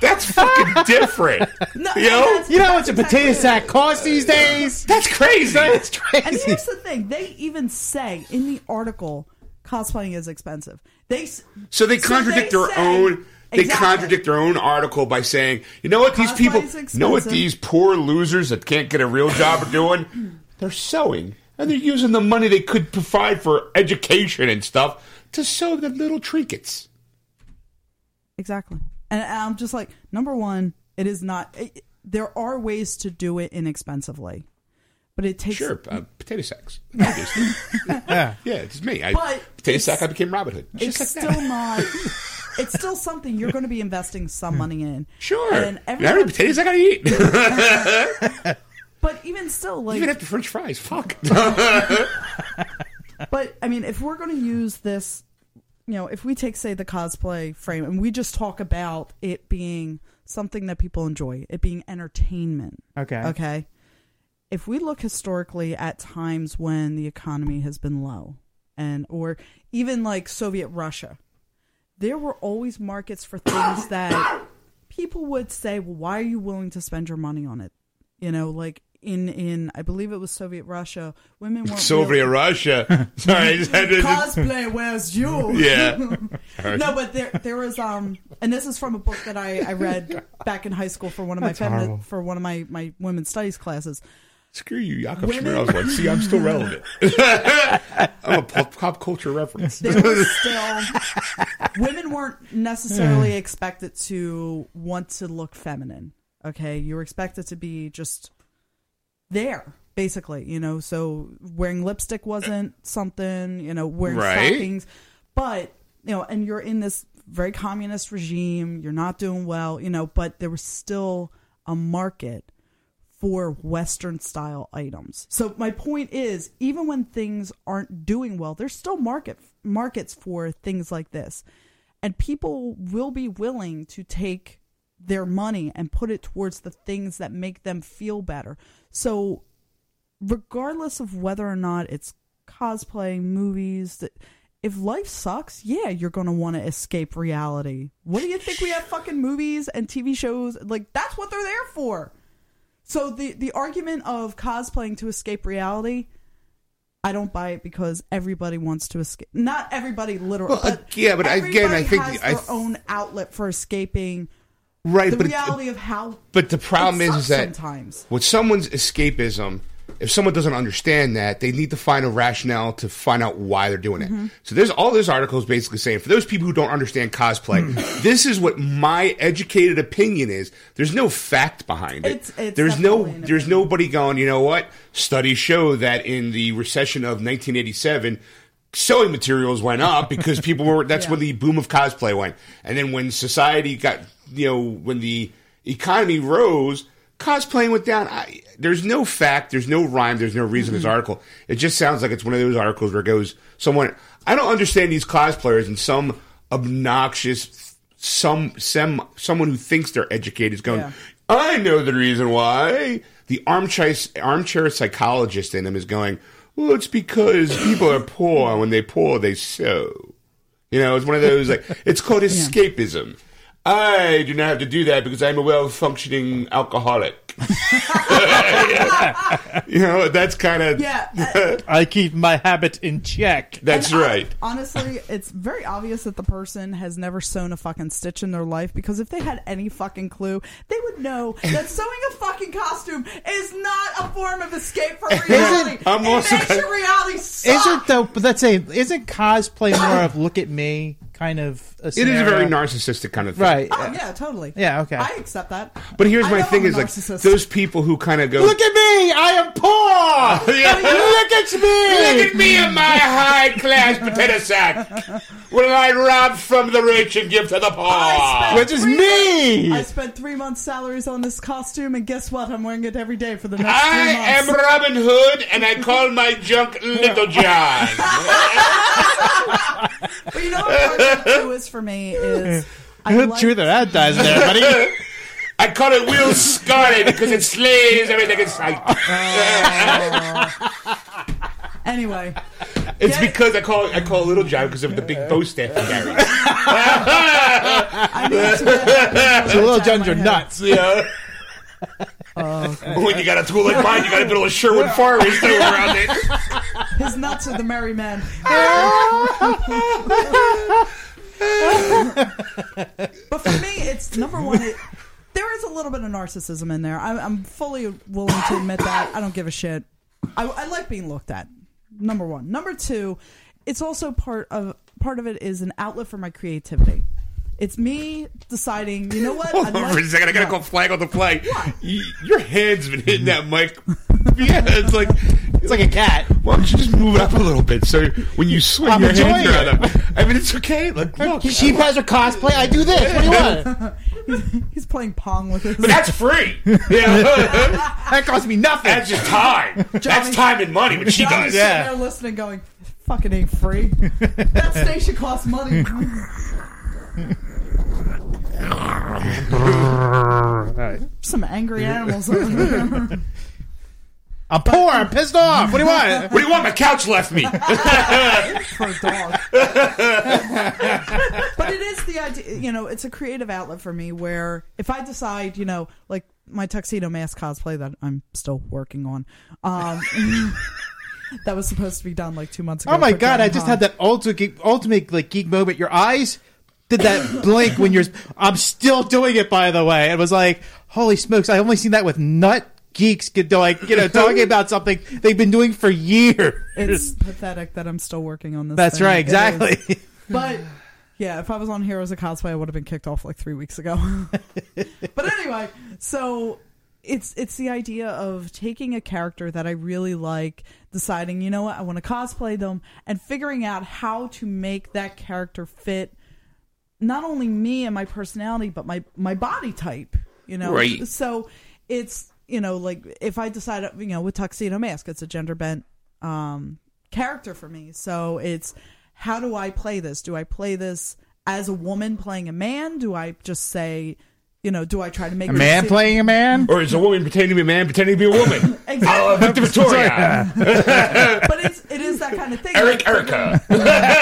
[SPEAKER 2] that's fucking different.
[SPEAKER 4] No,
[SPEAKER 2] you know,
[SPEAKER 4] that's-
[SPEAKER 1] You know what's a
[SPEAKER 4] That's exactly
[SPEAKER 1] potato
[SPEAKER 4] it.
[SPEAKER 1] sack costs these days?
[SPEAKER 2] that's crazy.
[SPEAKER 1] That's crazy.
[SPEAKER 4] And here's the thing: they even say in the article, cosplaying is expensive. They s-
[SPEAKER 2] So they
[SPEAKER 4] so
[SPEAKER 2] contradict
[SPEAKER 4] they
[SPEAKER 2] their
[SPEAKER 4] say-
[SPEAKER 2] own. They
[SPEAKER 4] Exactly.
[SPEAKER 2] contradict their own article by saying, you know what, these
[SPEAKER 4] Cosplay
[SPEAKER 2] people,
[SPEAKER 4] is
[SPEAKER 2] you know what,
[SPEAKER 4] expensive.
[SPEAKER 2] these poor losers that can't get a real job are doing? They're sewing. And they're using the money they could provide for education and stuff to sew the little trinkets.
[SPEAKER 4] Exactly. And and I'm just like, number one, it is not. It, there are ways to do it inexpensively, but it takes.
[SPEAKER 2] Sure, uh, potato sacks. yeah, it's me. I,
[SPEAKER 4] But
[SPEAKER 2] potato
[SPEAKER 4] it's-
[SPEAKER 2] sack, I became Robin Hood.
[SPEAKER 4] It's
[SPEAKER 2] Just like
[SPEAKER 4] still
[SPEAKER 2] that.
[SPEAKER 4] not. It's still something you're going to be investing some money in.
[SPEAKER 2] Hmm. Sure.
[SPEAKER 4] And
[SPEAKER 2] How many
[SPEAKER 4] everyone,
[SPEAKER 2] potatoes I gotta eat?
[SPEAKER 4] but even still, like,
[SPEAKER 2] Even after french fries. Fuck.
[SPEAKER 4] but I mean, if we're going to use this you know, if we take, say, the cosplay frame and we just talk about it being something that people enjoy, it being entertainment,
[SPEAKER 1] Okay.
[SPEAKER 4] okay? If we look historically at times when the economy has been low and or even like Soviet Russia, there were always markets for things that people would say, "Well, why are you willing to spend your money on it?" You know, like in in I believe it was Soviet Russia, women weren't
[SPEAKER 2] Soviet
[SPEAKER 4] really-
[SPEAKER 2] Russia. Sorry, I just had to.
[SPEAKER 4] cosplay where's you
[SPEAKER 2] Yeah.
[SPEAKER 4] no but there there was um and this is from a book that i i read back in high school for one of my
[SPEAKER 1] horrible.
[SPEAKER 4] feminine for one of my my women's studies classes
[SPEAKER 2] Screw you, Yakov
[SPEAKER 4] Women-
[SPEAKER 2] Smirnov's like, see, I'm still relevant. I'm a pop, pop culture reference.
[SPEAKER 4] there was still women weren't necessarily expected to want to look feminine okay you were expected to be just there basically you know so wearing lipstick wasn't something you know wearing
[SPEAKER 2] Right.
[SPEAKER 4] stockings but you know and you're in this very communist regime you're not doing well you know but there was still a market for Western style items. So my point is, even when things aren't doing well, there's still market markets for things like this, and people will be willing to take their money and put it towards the things that make them feel better. So, regardless of whether or not it's cosplay, movies, that if life sucks, yeah, you're going to want to escape reality. What do you think we have fucking movies and TV shows like that's what they're there for? So the the argument of cosplaying to escape reality, I don't buy it because everybody wants to escape. Not everybody literally.
[SPEAKER 2] Well, ag- yeah, but again, I think
[SPEAKER 4] has
[SPEAKER 2] I-
[SPEAKER 4] their own outlet for escaping
[SPEAKER 2] Right,
[SPEAKER 4] the
[SPEAKER 2] but
[SPEAKER 4] reality of how.
[SPEAKER 2] but the problem
[SPEAKER 4] it
[SPEAKER 2] is,
[SPEAKER 4] sucks
[SPEAKER 2] is that
[SPEAKER 4] sometimes
[SPEAKER 2] with someone's escapism, if someone doesn't understand that, they need to find a rationale to find out why they're doing
[SPEAKER 4] Mm-hmm.
[SPEAKER 2] it. So there's all this article is basically saying for those people who don't understand cosplay,
[SPEAKER 4] Mm.
[SPEAKER 2] this is what my educated opinion is. There's no fact behind it.
[SPEAKER 4] It's- it's
[SPEAKER 2] there's no
[SPEAKER 4] definitely an
[SPEAKER 2] there's
[SPEAKER 4] opinion.
[SPEAKER 2] nobody going, you know what? Studies show that in the recession of 1987 Sewing materials went up because people were. That's
[SPEAKER 4] Yeah.
[SPEAKER 2] when the boom of cosplay went, and then when society got, you know, when the economy rose, cosplaying went down. I, there's no fact, there's no rhyme, there's no reason. to
[SPEAKER 4] Mm-hmm.
[SPEAKER 2] This article, it just sounds like it's one of those articles where it goes, someone, I don't understand these cosplayers, and some obnoxious, some, some, someone who thinks they're educated is going,
[SPEAKER 4] Yeah.
[SPEAKER 2] I know the reason why. The armchair armchair psychologist in him is going, well, it's because people are poor, and when they poor, they sew. You know, it's one of those like it's called escapism. I do not have to do that because I'm a well functioning alcoholic. you know, that's kind of
[SPEAKER 4] Yeah,
[SPEAKER 1] I keep my habit in check.
[SPEAKER 2] that's
[SPEAKER 4] And I-
[SPEAKER 2] right.
[SPEAKER 4] honestly, it's very obvious that the person has never sewn a fucking stitch in their life because if they had any fucking clue, they would know that sewing a fucking costume is not a form of escape from reality.
[SPEAKER 1] Isn't-
[SPEAKER 2] I'm
[SPEAKER 4] it
[SPEAKER 2] also
[SPEAKER 4] makes
[SPEAKER 2] gonna-
[SPEAKER 4] your reality suck.
[SPEAKER 1] Isn't though? but Let's say, isn't cosplay more of look at me kind of? A
[SPEAKER 2] It is a very Ah.
[SPEAKER 1] scenario?
[SPEAKER 2] narcissistic kind of thing.
[SPEAKER 1] right.
[SPEAKER 4] Oh, yeah, totally.
[SPEAKER 1] Yeah, okay.
[SPEAKER 4] I accept that.
[SPEAKER 2] But here's
[SPEAKER 4] I
[SPEAKER 2] my
[SPEAKER 4] know
[SPEAKER 2] thing
[SPEAKER 4] I'm a
[SPEAKER 2] is like
[SPEAKER 4] narcissist.
[SPEAKER 2] those people who kind of go
[SPEAKER 1] Look at me! I am poor.
[SPEAKER 2] Yeah.
[SPEAKER 1] Look at me!
[SPEAKER 2] Look at me in my high class potato sack. Will I rob from the rich and give to the poor?
[SPEAKER 4] I spent
[SPEAKER 1] Which is
[SPEAKER 4] three
[SPEAKER 1] me!
[SPEAKER 4] months- I spent three months' salaries on this costume, and guess what? I'm wearing it every day for the next
[SPEAKER 2] I
[SPEAKER 4] three
[SPEAKER 2] am
[SPEAKER 4] months.
[SPEAKER 2] Robin Hood, and I call my junk Little John.
[SPEAKER 4] But you know what part of is for me is I like
[SPEAKER 1] Truth or advertising, everybody.
[SPEAKER 2] I call it Will Scarlet because it slays everything in sight.
[SPEAKER 4] anyway.
[SPEAKER 2] It's because I call I call it Little John because of the big bow staff he carries.
[SPEAKER 4] I need to get
[SPEAKER 1] So little John's your nuts.
[SPEAKER 2] Yeah. when you got a tool like mine, you got to build a Sherwood Forest over around it.
[SPEAKER 4] His nuts are the merry men. but for me, it's number one. It, there is a little bit of narcissism in there. I, I'm fully willing to admit that. I don't give a shit. I, I like being looked at. Number one. Number two, it's also part of part of it is an outlet for my creativity. It's me deciding. You know what?
[SPEAKER 2] Hold
[SPEAKER 4] I'd
[SPEAKER 2] on
[SPEAKER 4] like-
[SPEAKER 2] for a second. I gotta
[SPEAKER 4] No.
[SPEAKER 2] call flag on the flag. Y- your hand's been hitting that mic. Yeah, it's like it's like a cat. Why don't you just move it up a little bit so when you swing
[SPEAKER 1] I'm
[SPEAKER 2] your hands
[SPEAKER 1] enjoying
[SPEAKER 2] around? It. I mean, it's okay. Look, look.
[SPEAKER 1] She has her cosplay. I do this. What do you want?
[SPEAKER 4] He's playing pong with his.
[SPEAKER 2] But that's free. Yeah,
[SPEAKER 1] That costs me nothing.
[SPEAKER 2] that's just time. That's time and money. What she
[SPEAKER 4] I'm
[SPEAKER 2] does.
[SPEAKER 4] sitting
[SPEAKER 1] Yeah.
[SPEAKER 4] there listening, going, Fucking ain't free. that station costs money. Some angry animals. over there.
[SPEAKER 1] I'm poor. I'm pissed off. What do you want?
[SPEAKER 2] What do you want? My couch left me.
[SPEAKER 4] for a dog. but it is the idea, you know, it's a creative outlet for me where if I decide, you know, like my tuxedo mask cosplay that I'm still working on, um, that was supposed to be done like two months ago.
[SPEAKER 1] Oh my
[SPEAKER 4] for
[SPEAKER 1] god! I
[SPEAKER 4] Gen
[SPEAKER 1] just
[SPEAKER 4] Con.
[SPEAKER 1] had that ultimate geek, ultimate like geek moment. Your eyes did that blink when you're. I'm still doing it, by the way. It was like, holy smokes! I've only seen that with nut geeks get to, like you know talking about something they've been doing for years.
[SPEAKER 4] It's pathetic that I'm still working on this.
[SPEAKER 1] That's
[SPEAKER 4] thing.
[SPEAKER 1] right,
[SPEAKER 4] It is.
[SPEAKER 1] exactly.
[SPEAKER 4] But yeah, if I was on Heroes of Cosplay, I would have been kicked off like three weeks ago. but anyway, so it's it's the idea of taking a character that I really like, deciding, you know what, I want to cosplay them, and figuring out how to make that character fit not only me and my personality, but my my body type. You know,
[SPEAKER 2] Right.
[SPEAKER 4] so it's you know like if I decide you know with tuxedo mask, it's a gender bent um, character for me. So it's how do I play this? Do I play this as a woman playing a man? Do I just say, you know, do I try to make
[SPEAKER 1] A man playing a man.
[SPEAKER 2] or is a woman pretending to be a man pretending to be a woman?
[SPEAKER 4] Exactly.
[SPEAKER 2] Uh, Victor Victoria.
[SPEAKER 1] Oh,
[SPEAKER 4] but it's it is that kind of thing.
[SPEAKER 2] Eric
[SPEAKER 4] Like,
[SPEAKER 2] Erica.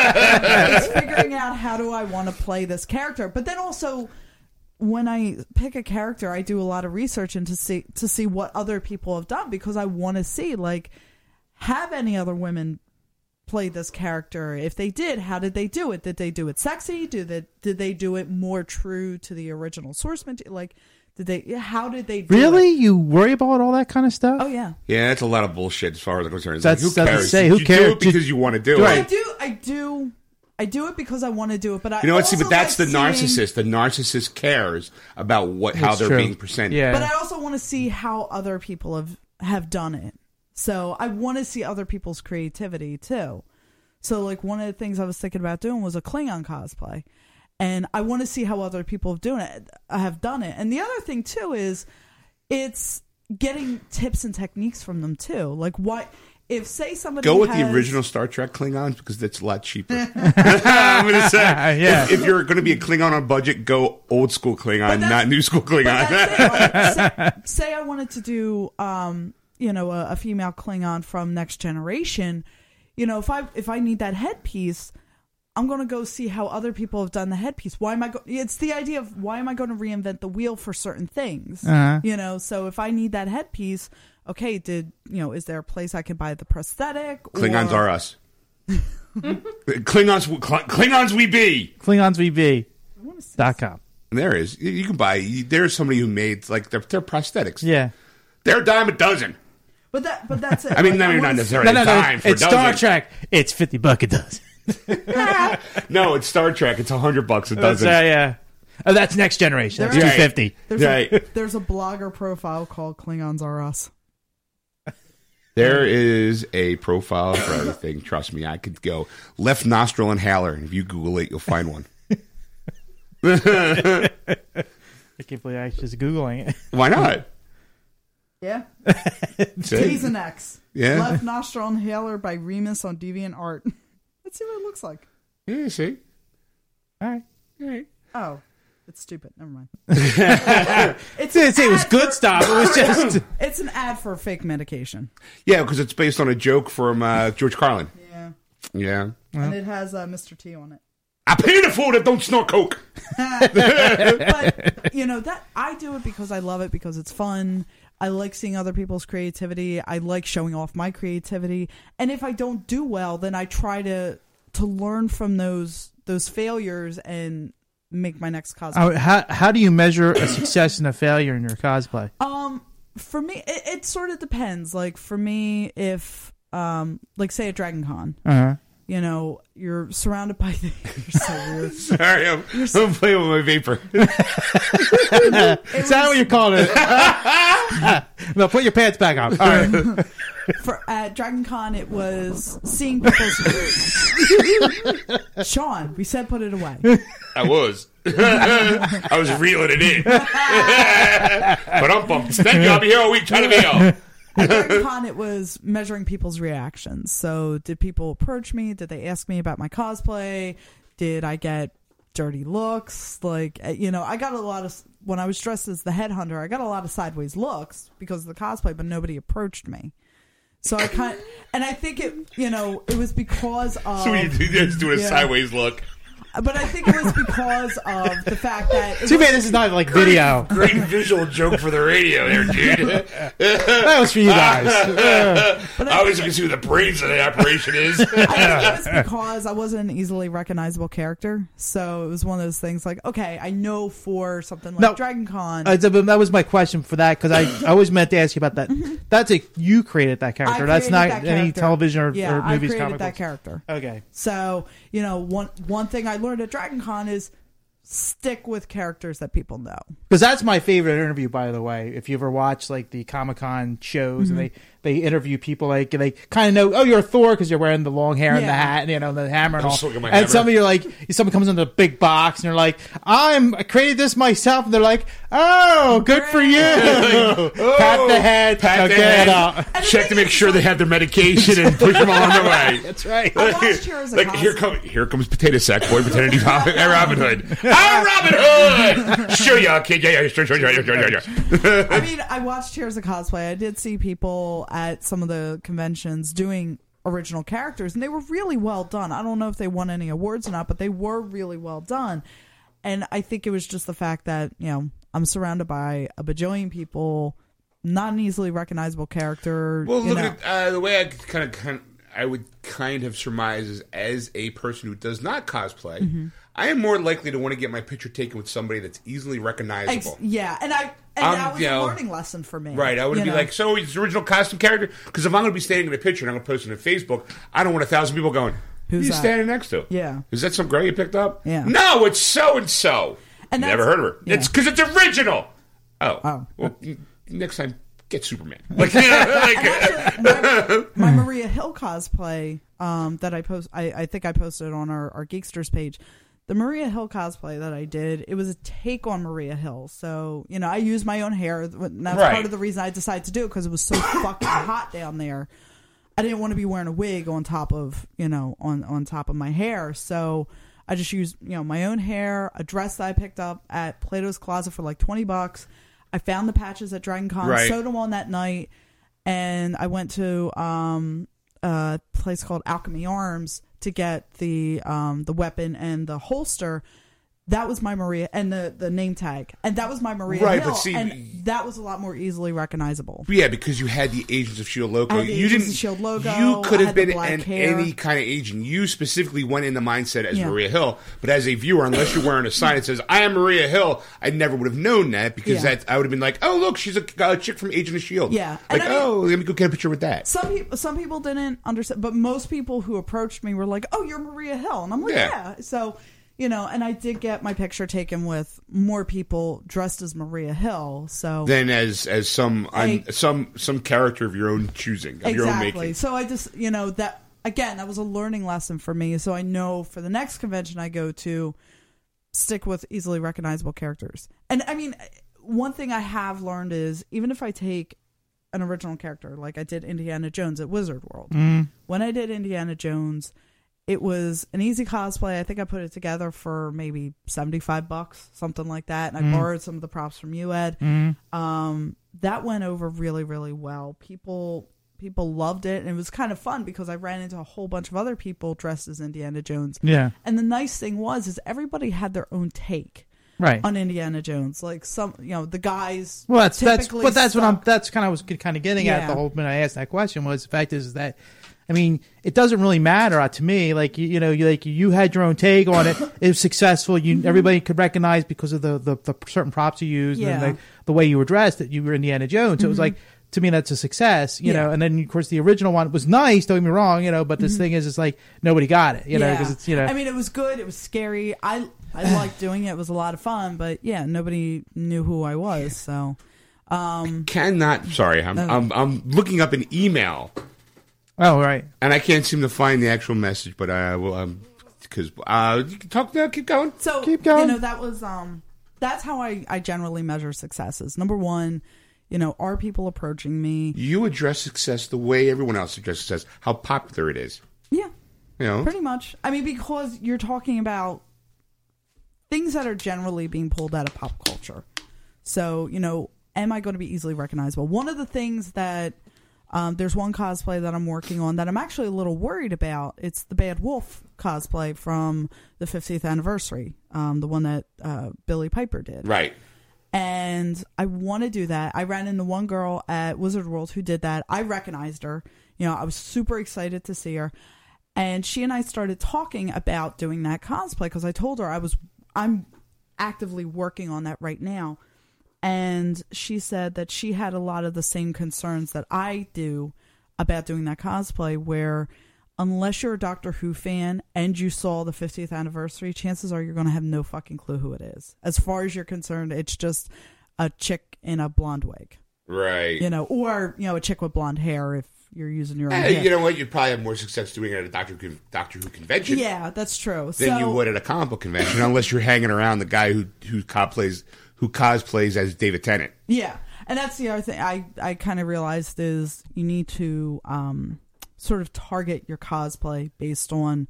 [SPEAKER 4] it's figuring out how do I want to play this character, but then also when I pick a character, I do a lot of research into see to see what other people have done because I want to see like have any other women played this character? If they did, how did they do it? Did they do it sexy? Did they, did they do it more true to the original source material? Like, did they? How did they? Do
[SPEAKER 1] Really?
[SPEAKER 4] It?
[SPEAKER 1] You worry about all that kind of stuff?
[SPEAKER 4] Oh yeah.
[SPEAKER 2] Yeah, that's a lot of bullshit as far as I'm concerned. It's
[SPEAKER 1] That's-
[SPEAKER 2] like,
[SPEAKER 1] that's
[SPEAKER 2] who
[SPEAKER 1] to
[SPEAKER 2] cares?
[SPEAKER 1] say, who
[SPEAKER 2] you
[SPEAKER 1] cares?
[SPEAKER 2] do it because you want to do
[SPEAKER 1] Right.
[SPEAKER 4] I
[SPEAKER 2] it.
[SPEAKER 4] do. I do. I do it because I want to do it. But I
[SPEAKER 2] You know what? See,
[SPEAKER 4] also
[SPEAKER 2] but that's the
[SPEAKER 4] like seeing-
[SPEAKER 2] narcissist. The narcissist cares about what how
[SPEAKER 1] It's
[SPEAKER 2] they're
[SPEAKER 1] true.
[SPEAKER 2] being presented.
[SPEAKER 1] Yeah.
[SPEAKER 4] but I also want to see how other people have have done it. So I want to see other people's creativity too. So like one of the things I was thinking about doing was a Klingon cosplay, and I want to see how other people have doing it have done it. And the other thing too is it's getting tips and techniques from them too. Like what if say somebody
[SPEAKER 2] Go with the
[SPEAKER 4] has-
[SPEAKER 2] original Star Trek Klingons because that's a lot cheaper. I'm gonna say,
[SPEAKER 1] Yeah.
[SPEAKER 2] if, if you're going to be a Klingon on budget, go old school Klingon,
[SPEAKER 4] that's-
[SPEAKER 2] not new school
[SPEAKER 4] But
[SPEAKER 2] Klingon.
[SPEAKER 4] that's it, like, say, say I wanted to do, um, you know, a, a female Klingon from Next Generation. You know, if I if I need that headpiece, I'm going to go see how other people have done the headpiece. Why am I? Go- it's the idea of why am I going to reinvent the wheel for certain things? You know, so if I need that headpiece, okay, did you know? Is there a place I can buy the prosthetic?
[SPEAKER 2] Klingons
[SPEAKER 4] or-
[SPEAKER 2] are us. Klingons, Kl- Klingons, we be.
[SPEAKER 1] Klingons VB. Dot com.
[SPEAKER 2] And There is. You you can buy. There's somebody who made like they're, they're prosthetics.
[SPEAKER 1] Yeah.
[SPEAKER 2] they're a dime a dozen.
[SPEAKER 4] But that, but that's it.
[SPEAKER 2] I mean,
[SPEAKER 4] Like,
[SPEAKER 2] no, you're not
[SPEAKER 4] wanna see-
[SPEAKER 2] necessarily a dime for a
[SPEAKER 1] It's Star
[SPEAKER 2] dozen.
[SPEAKER 1] Trek. It's fifty buck a dozen.
[SPEAKER 2] No, it's Star Trek. It's a hundred bucks a
[SPEAKER 1] That's,
[SPEAKER 2] dozen.
[SPEAKER 1] uh, yeah. Oh, that's next generation. That's
[SPEAKER 4] There
[SPEAKER 1] two
[SPEAKER 4] are-
[SPEAKER 1] fifty.
[SPEAKER 4] There's, a,
[SPEAKER 2] Right.
[SPEAKER 4] there's a blogger profile called Klingons Are Us.
[SPEAKER 2] There is a profile for everything. Trust me, I could go left nostril inhaler. If you Google it, you'll find one.
[SPEAKER 1] I can't believe I was just googling it.
[SPEAKER 2] Why not?
[SPEAKER 4] Yeah.
[SPEAKER 2] See?
[SPEAKER 4] He's an ex.
[SPEAKER 2] Yeah.
[SPEAKER 4] Left nostril inhaler by Remus on Deviant Art. Let's see what it looks like.
[SPEAKER 2] Yeah, see.
[SPEAKER 1] All right.
[SPEAKER 4] Oh, it's stupid. Never mind. it's
[SPEAKER 1] Didn't say it was
[SPEAKER 4] ad
[SPEAKER 1] good
[SPEAKER 4] for-
[SPEAKER 1] stuff. It was just
[SPEAKER 4] It's an ad for fake medication.
[SPEAKER 2] Yeah, because it's based on a joke from uh, George Carlin.
[SPEAKER 4] Yeah.
[SPEAKER 2] Yeah.
[SPEAKER 4] And it has uh, Mr. T on it.
[SPEAKER 2] I paid a fool that don't snort coke.
[SPEAKER 4] but you know that I do it because I love it because it's fun. I like seeing other people's creativity. I like showing off my creativity. And if I don't do well, then I try to to learn from those those failures and make my next cosplay.
[SPEAKER 1] Uh, how how do you measure a success and a failure in your cosplay?
[SPEAKER 4] Um, for me, it, it sort of depends. Like for me, if um, like say at Dragon Con,
[SPEAKER 1] Uh-huh.
[SPEAKER 4] you know, you're surrounded by the, you're so weird.
[SPEAKER 2] Sorry, I'm, I'm playing with my vapor.
[SPEAKER 1] Is that what you're calling it? no, put your pants back on. All right.
[SPEAKER 4] for at Dragon Con it was seeing people's Sean, we said put it away.
[SPEAKER 2] I was. I was reeling it in. but I'm pumped. Thank you. I'll be here all week trying to be out.
[SPEAKER 4] At Dairy Con, it was measuring people's reactions. So, did people approach me? Did they ask me about my cosplay? Did I get dirty looks? Like, uh, you know, I got a lot of, when I was dressed as the headhunter, I got a lot of sideways looks because of the cosplay, but nobody approached me. So I kind and I think it, you know, it was because of.
[SPEAKER 2] So you do this, doing a
[SPEAKER 4] Yeah.
[SPEAKER 2] sideways look.
[SPEAKER 4] But I think it was because of the fact that. it
[SPEAKER 1] Too
[SPEAKER 4] was-
[SPEAKER 1] bad this is not like video.
[SPEAKER 2] Great visual joke for the radio there, dude.
[SPEAKER 1] That was for you guys.
[SPEAKER 2] I always can see who the brains of the operation is.
[SPEAKER 4] I think it was because I wasn't an easily recognizable character, so it was one of those things like, okay, I know for something like
[SPEAKER 1] No.
[SPEAKER 4] Dragon Con,
[SPEAKER 1] Uh, th- but that was my question for that because I, I always meant to ask you about that. That's a you created that character. That's
[SPEAKER 4] Mm-hmm. created
[SPEAKER 1] not
[SPEAKER 4] that
[SPEAKER 1] any
[SPEAKER 4] character.
[SPEAKER 1] television or,
[SPEAKER 4] yeah,
[SPEAKER 1] or movies.
[SPEAKER 4] I created
[SPEAKER 1] comic
[SPEAKER 4] that
[SPEAKER 1] books.
[SPEAKER 4] character.
[SPEAKER 1] Okay.
[SPEAKER 4] So you know, one one thing I learned at Dragon Con is stick with characters that people know.
[SPEAKER 1] Because that's my favorite interview, by the way. If you ever watch like the Comic Con shows
[SPEAKER 4] Mm-hmm.
[SPEAKER 1] and they, they interview people, like they kind of know, oh, you're Thor because you're wearing the long hair and the
[SPEAKER 4] Yeah.
[SPEAKER 1] hat and you know the hammer and all.
[SPEAKER 2] still got my
[SPEAKER 1] And
[SPEAKER 2] hammer.
[SPEAKER 1] some of you are like, someone comes in the big box and you're like, I'm I created this myself, and they're like, oh, good for you, pat the head,
[SPEAKER 2] Pat the
[SPEAKER 1] okay,
[SPEAKER 2] head.
[SPEAKER 1] now-
[SPEAKER 2] Check to make sure they have their medication and push them on their way.
[SPEAKER 1] That's right.
[SPEAKER 4] I watched her as a
[SPEAKER 2] Like here
[SPEAKER 4] cosplay-
[SPEAKER 2] come here comes potato sack boy pretending to be Robin, uh, Robin Hood. I'm Robin Hood. Sure, y'all kid. Yeah, yeah, sure, sure, sure, sure, sure, sure.
[SPEAKER 4] I mean, I watched Tears of Cosplay. I did see people at some of the conventions doing original characters, and they were really well done. I don't know if they won any awards or not, but they were really well done. And I think it was just the fact that, you know, I'm surrounded by a bajillion people, not an easily recognizable character.
[SPEAKER 2] Well,
[SPEAKER 4] you
[SPEAKER 2] look
[SPEAKER 4] know.
[SPEAKER 2] at uh, the way I kind of, kind I would kind of surmise is as a person who does not cosplay, I am more likely to want to get my picture taken with somebody that's easily
[SPEAKER 4] Ex-
[SPEAKER 2] recognizable.
[SPEAKER 4] yeah, and I and
[SPEAKER 2] Um,
[SPEAKER 4] that was
[SPEAKER 2] you know,
[SPEAKER 4] a learning lesson for me.
[SPEAKER 2] Right, I would
[SPEAKER 4] you
[SPEAKER 2] be
[SPEAKER 4] know.
[SPEAKER 2] like, so he's the original costume character. Because if I'm going to be standing in a picture and I'm going to post it on Facebook, I don't want a thousand people going, "Who's
[SPEAKER 4] Who's
[SPEAKER 2] you
[SPEAKER 4] that?"
[SPEAKER 2] standing next to?"
[SPEAKER 4] Yeah.
[SPEAKER 2] is that some girl you picked up?
[SPEAKER 4] Yeah.
[SPEAKER 2] no, it's so and so.
[SPEAKER 4] And
[SPEAKER 2] Never
[SPEAKER 4] that's-
[SPEAKER 2] heard of her.
[SPEAKER 4] yeah.
[SPEAKER 2] It's because it's original. Oh,
[SPEAKER 4] Oh.
[SPEAKER 2] well, n- next time get Superman. Like, you know, like-
[SPEAKER 4] my, my Maria Hill cosplay um, that I post, I, I think I posted on our, our Geeksters page. The Maria Hill cosplay that I did, it was a take on Maria Hill. So you know, I used my own hair. And that's
[SPEAKER 2] Right.
[SPEAKER 4] part of the reason I decided to do it because it was so fucking hot down there. I didn't want to be wearing a wig on top of you know on on top of my hair. So I just used you know my own hair, a dress that I picked up at Plato's Closet for like twenty bucks. I found the patches at Dragon Con,
[SPEAKER 2] Right.
[SPEAKER 4] sewed them on that night, and I went to um, a place called Alchemy Arms to get the um, the weapon and the holster. That was my Maria and the the name tag, and that was my Maria
[SPEAKER 2] Right, but
[SPEAKER 4] Hill,
[SPEAKER 2] see-
[SPEAKER 4] and that was a lot more easily recognizable.
[SPEAKER 2] Yeah, because you had the Agents of Shield E logo.
[SPEAKER 4] I had the
[SPEAKER 2] you
[SPEAKER 4] Agents
[SPEAKER 2] didn't
[SPEAKER 4] of S.H.I.E.L.D. logo.
[SPEAKER 2] You could have
[SPEAKER 4] I had the
[SPEAKER 2] been
[SPEAKER 4] black
[SPEAKER 2] an,
[SPEAKER 4] hair.
[SPEAKER 2] any kind of agent. You specifically went in the mindset as
[SPEAKER 4] Yeah.
[SPEAKER 2] Maria Hill, but as a viewer, unless you're wearing a sign that says "I am Maria Hill," I never would have known that because
[SPEAKER 4] Yeah.
[SPEAKER 2] that I would have been like, "Oh, look, she's a, a chick from Agent of Shield."
[SPEAKER 4] Yeah. And
[SPEAKER 2] E like,
[SPEAKER 4] I mean-
[SPEAKER 2] oh, let me go get a picture with that.
[SPEAKER 4] Some people, some people didn't understand, but most people who approached me were like, "Oh, you're Maria Hill," and I'm like,
[SPEAKER 2] Yeah.
[SPEAKER 4] "Yeah." So, you know, and I did get my picture taken with more people dressed as Maria Hill. So
[SPEAKER 2] Then as as some un,
[SPEAKER 4] Like-
[SPEAKER 2] some some character of your own choosing, of your own making.
[SPEAKER 4] So I just, you know, that again, that was a learning lesson for me. So I know for the next convention I go to, stick with easily recognizable characters. And I mean, one thing I have learned is even if I take an original character, like I did Indiana Jones at Wizard World, when I did Indiana Jones, it was an easy cosplay. I think I put it together for maybe 75 bucks, something like that.
[SPEAKER 1] Mm.
[SPEAKER 4] And I borrowed some of the props from you, Ed. Um, that went over really, really well. People people loved it and it was kind of fun because I ran into a whole bunch of other people dressed as Indiana Jones.
[SPEAKER 1] Yeah.
[SPEAKER 4] And the nice thing was is everybody had their own take
[SPEAKER 1] Right.
[SPEAKER 4] on Indiana Jones. Like some, you know, the guys.
[SPEAKER 1] Well, that's that's
[SPEAKER 4] typically
[SPEAKER 1] but that's what I'm
[SPEAKER 4] stuck-
[SPEAKER 1] that's kind of was kind of getting at
[SPEAKER 4] Yeah.
[SPEAKER 1] the whole minute I asked that question was the fact is that I mean it doesn't really matter uh, to me like you, you know you like you had your own take on it it was successful you
[SPEAKER 4] Mm-hmm.
[SPEAKER 1] everybody could recognize because of the the, the certain props you used and
[SPEAKER 4] Yeah. Mm-hmm.
[SPEAKER 1] then the, the way you were dressed that you were Indiana Jones so it was like to me that's a success you
[SPEAKER 4] Yeah. Mm-hmm.
[SPEAKER 1] know and then of course the original one was nice don't get me wrong you know but this thing is it's like nobody got it you know because it's you know
[SPEAKER 4] I mean, it was good. It was scary. I I liked doing it. It was a lot of fun. But yeah, nobody knew who I was. So
[SPEAKER 2] Cannot. Sorry,
[SPEAKER 4] Oh.
[SPEAKER 2] I'm, I'm I'm looking up an email
[SPEAKER 1] oh right
[SPEAKER 2] and I can't seem to find the actual message, but I will. Um, because uh, you can talk now. Keep going.
[SPEAKER 4] so
[SPEAKER 1] Keep going.
[SPEAKER 4] You know, that was um, that's how I I generally measure successes. Number one, You know, are people approaching me?
[SPEAKER 2] You address success the way everyone else addresses success, how popular it is.
[SPEAKER 4] Yeah,
[SPEAKER 2] You know?
[SPEAKER 4] pretty much. I mean, because you're talking about things that are generally being pulled out of pop culture. So, you know, am I going to be easily recognizable? One of the things that um, there's one cosplay that I'm working on that I'm actually a little worried about. It's the Bad Wolf cosplay from the 50th anniversary, um, the one that uh, Billy Piper did
[SPEAKER 2] Right.
[SPEAKER 4] and I want to do that. I ran into one girl at Wizard World who did that. I recognized her. You know, I was super excited to see her. And she and I started talking about doing that cosplay because I told her I was I'm actively working on that right now. And she said that she had a lot of the same concerns that I do about doing that cosplay where unless you're a Doctor Who fan and you saw the 50th anniversary, chances are you're going to have no fucking clue who it is. As far as you're concerned, it's just a chick in a blonde wig,
[SPEAKER 2] Right.
[SPEAKER 4] you know, or, you know, a chick with blonde hair if you're using your own
[SPEAKER 2] Eh,
[SPEAKER 4] hair.
[SPEAKER 2] you know what? You'd probably have more success doing it at a Doctor Who, Doctor Who convention
[SPEAKER 4] yeah, that's true.
[SPEAKER 2] than
[SPEAKER 4] so,
[SPEAKER 2] you would at a comic book convention, unless you're hanging around the guy who who cosplays who cosplays as David Tennant.
[SPEAKER 4] Yeah. And that's the other thing I, I kind of realized is you need to um, sort of target your cosplay based on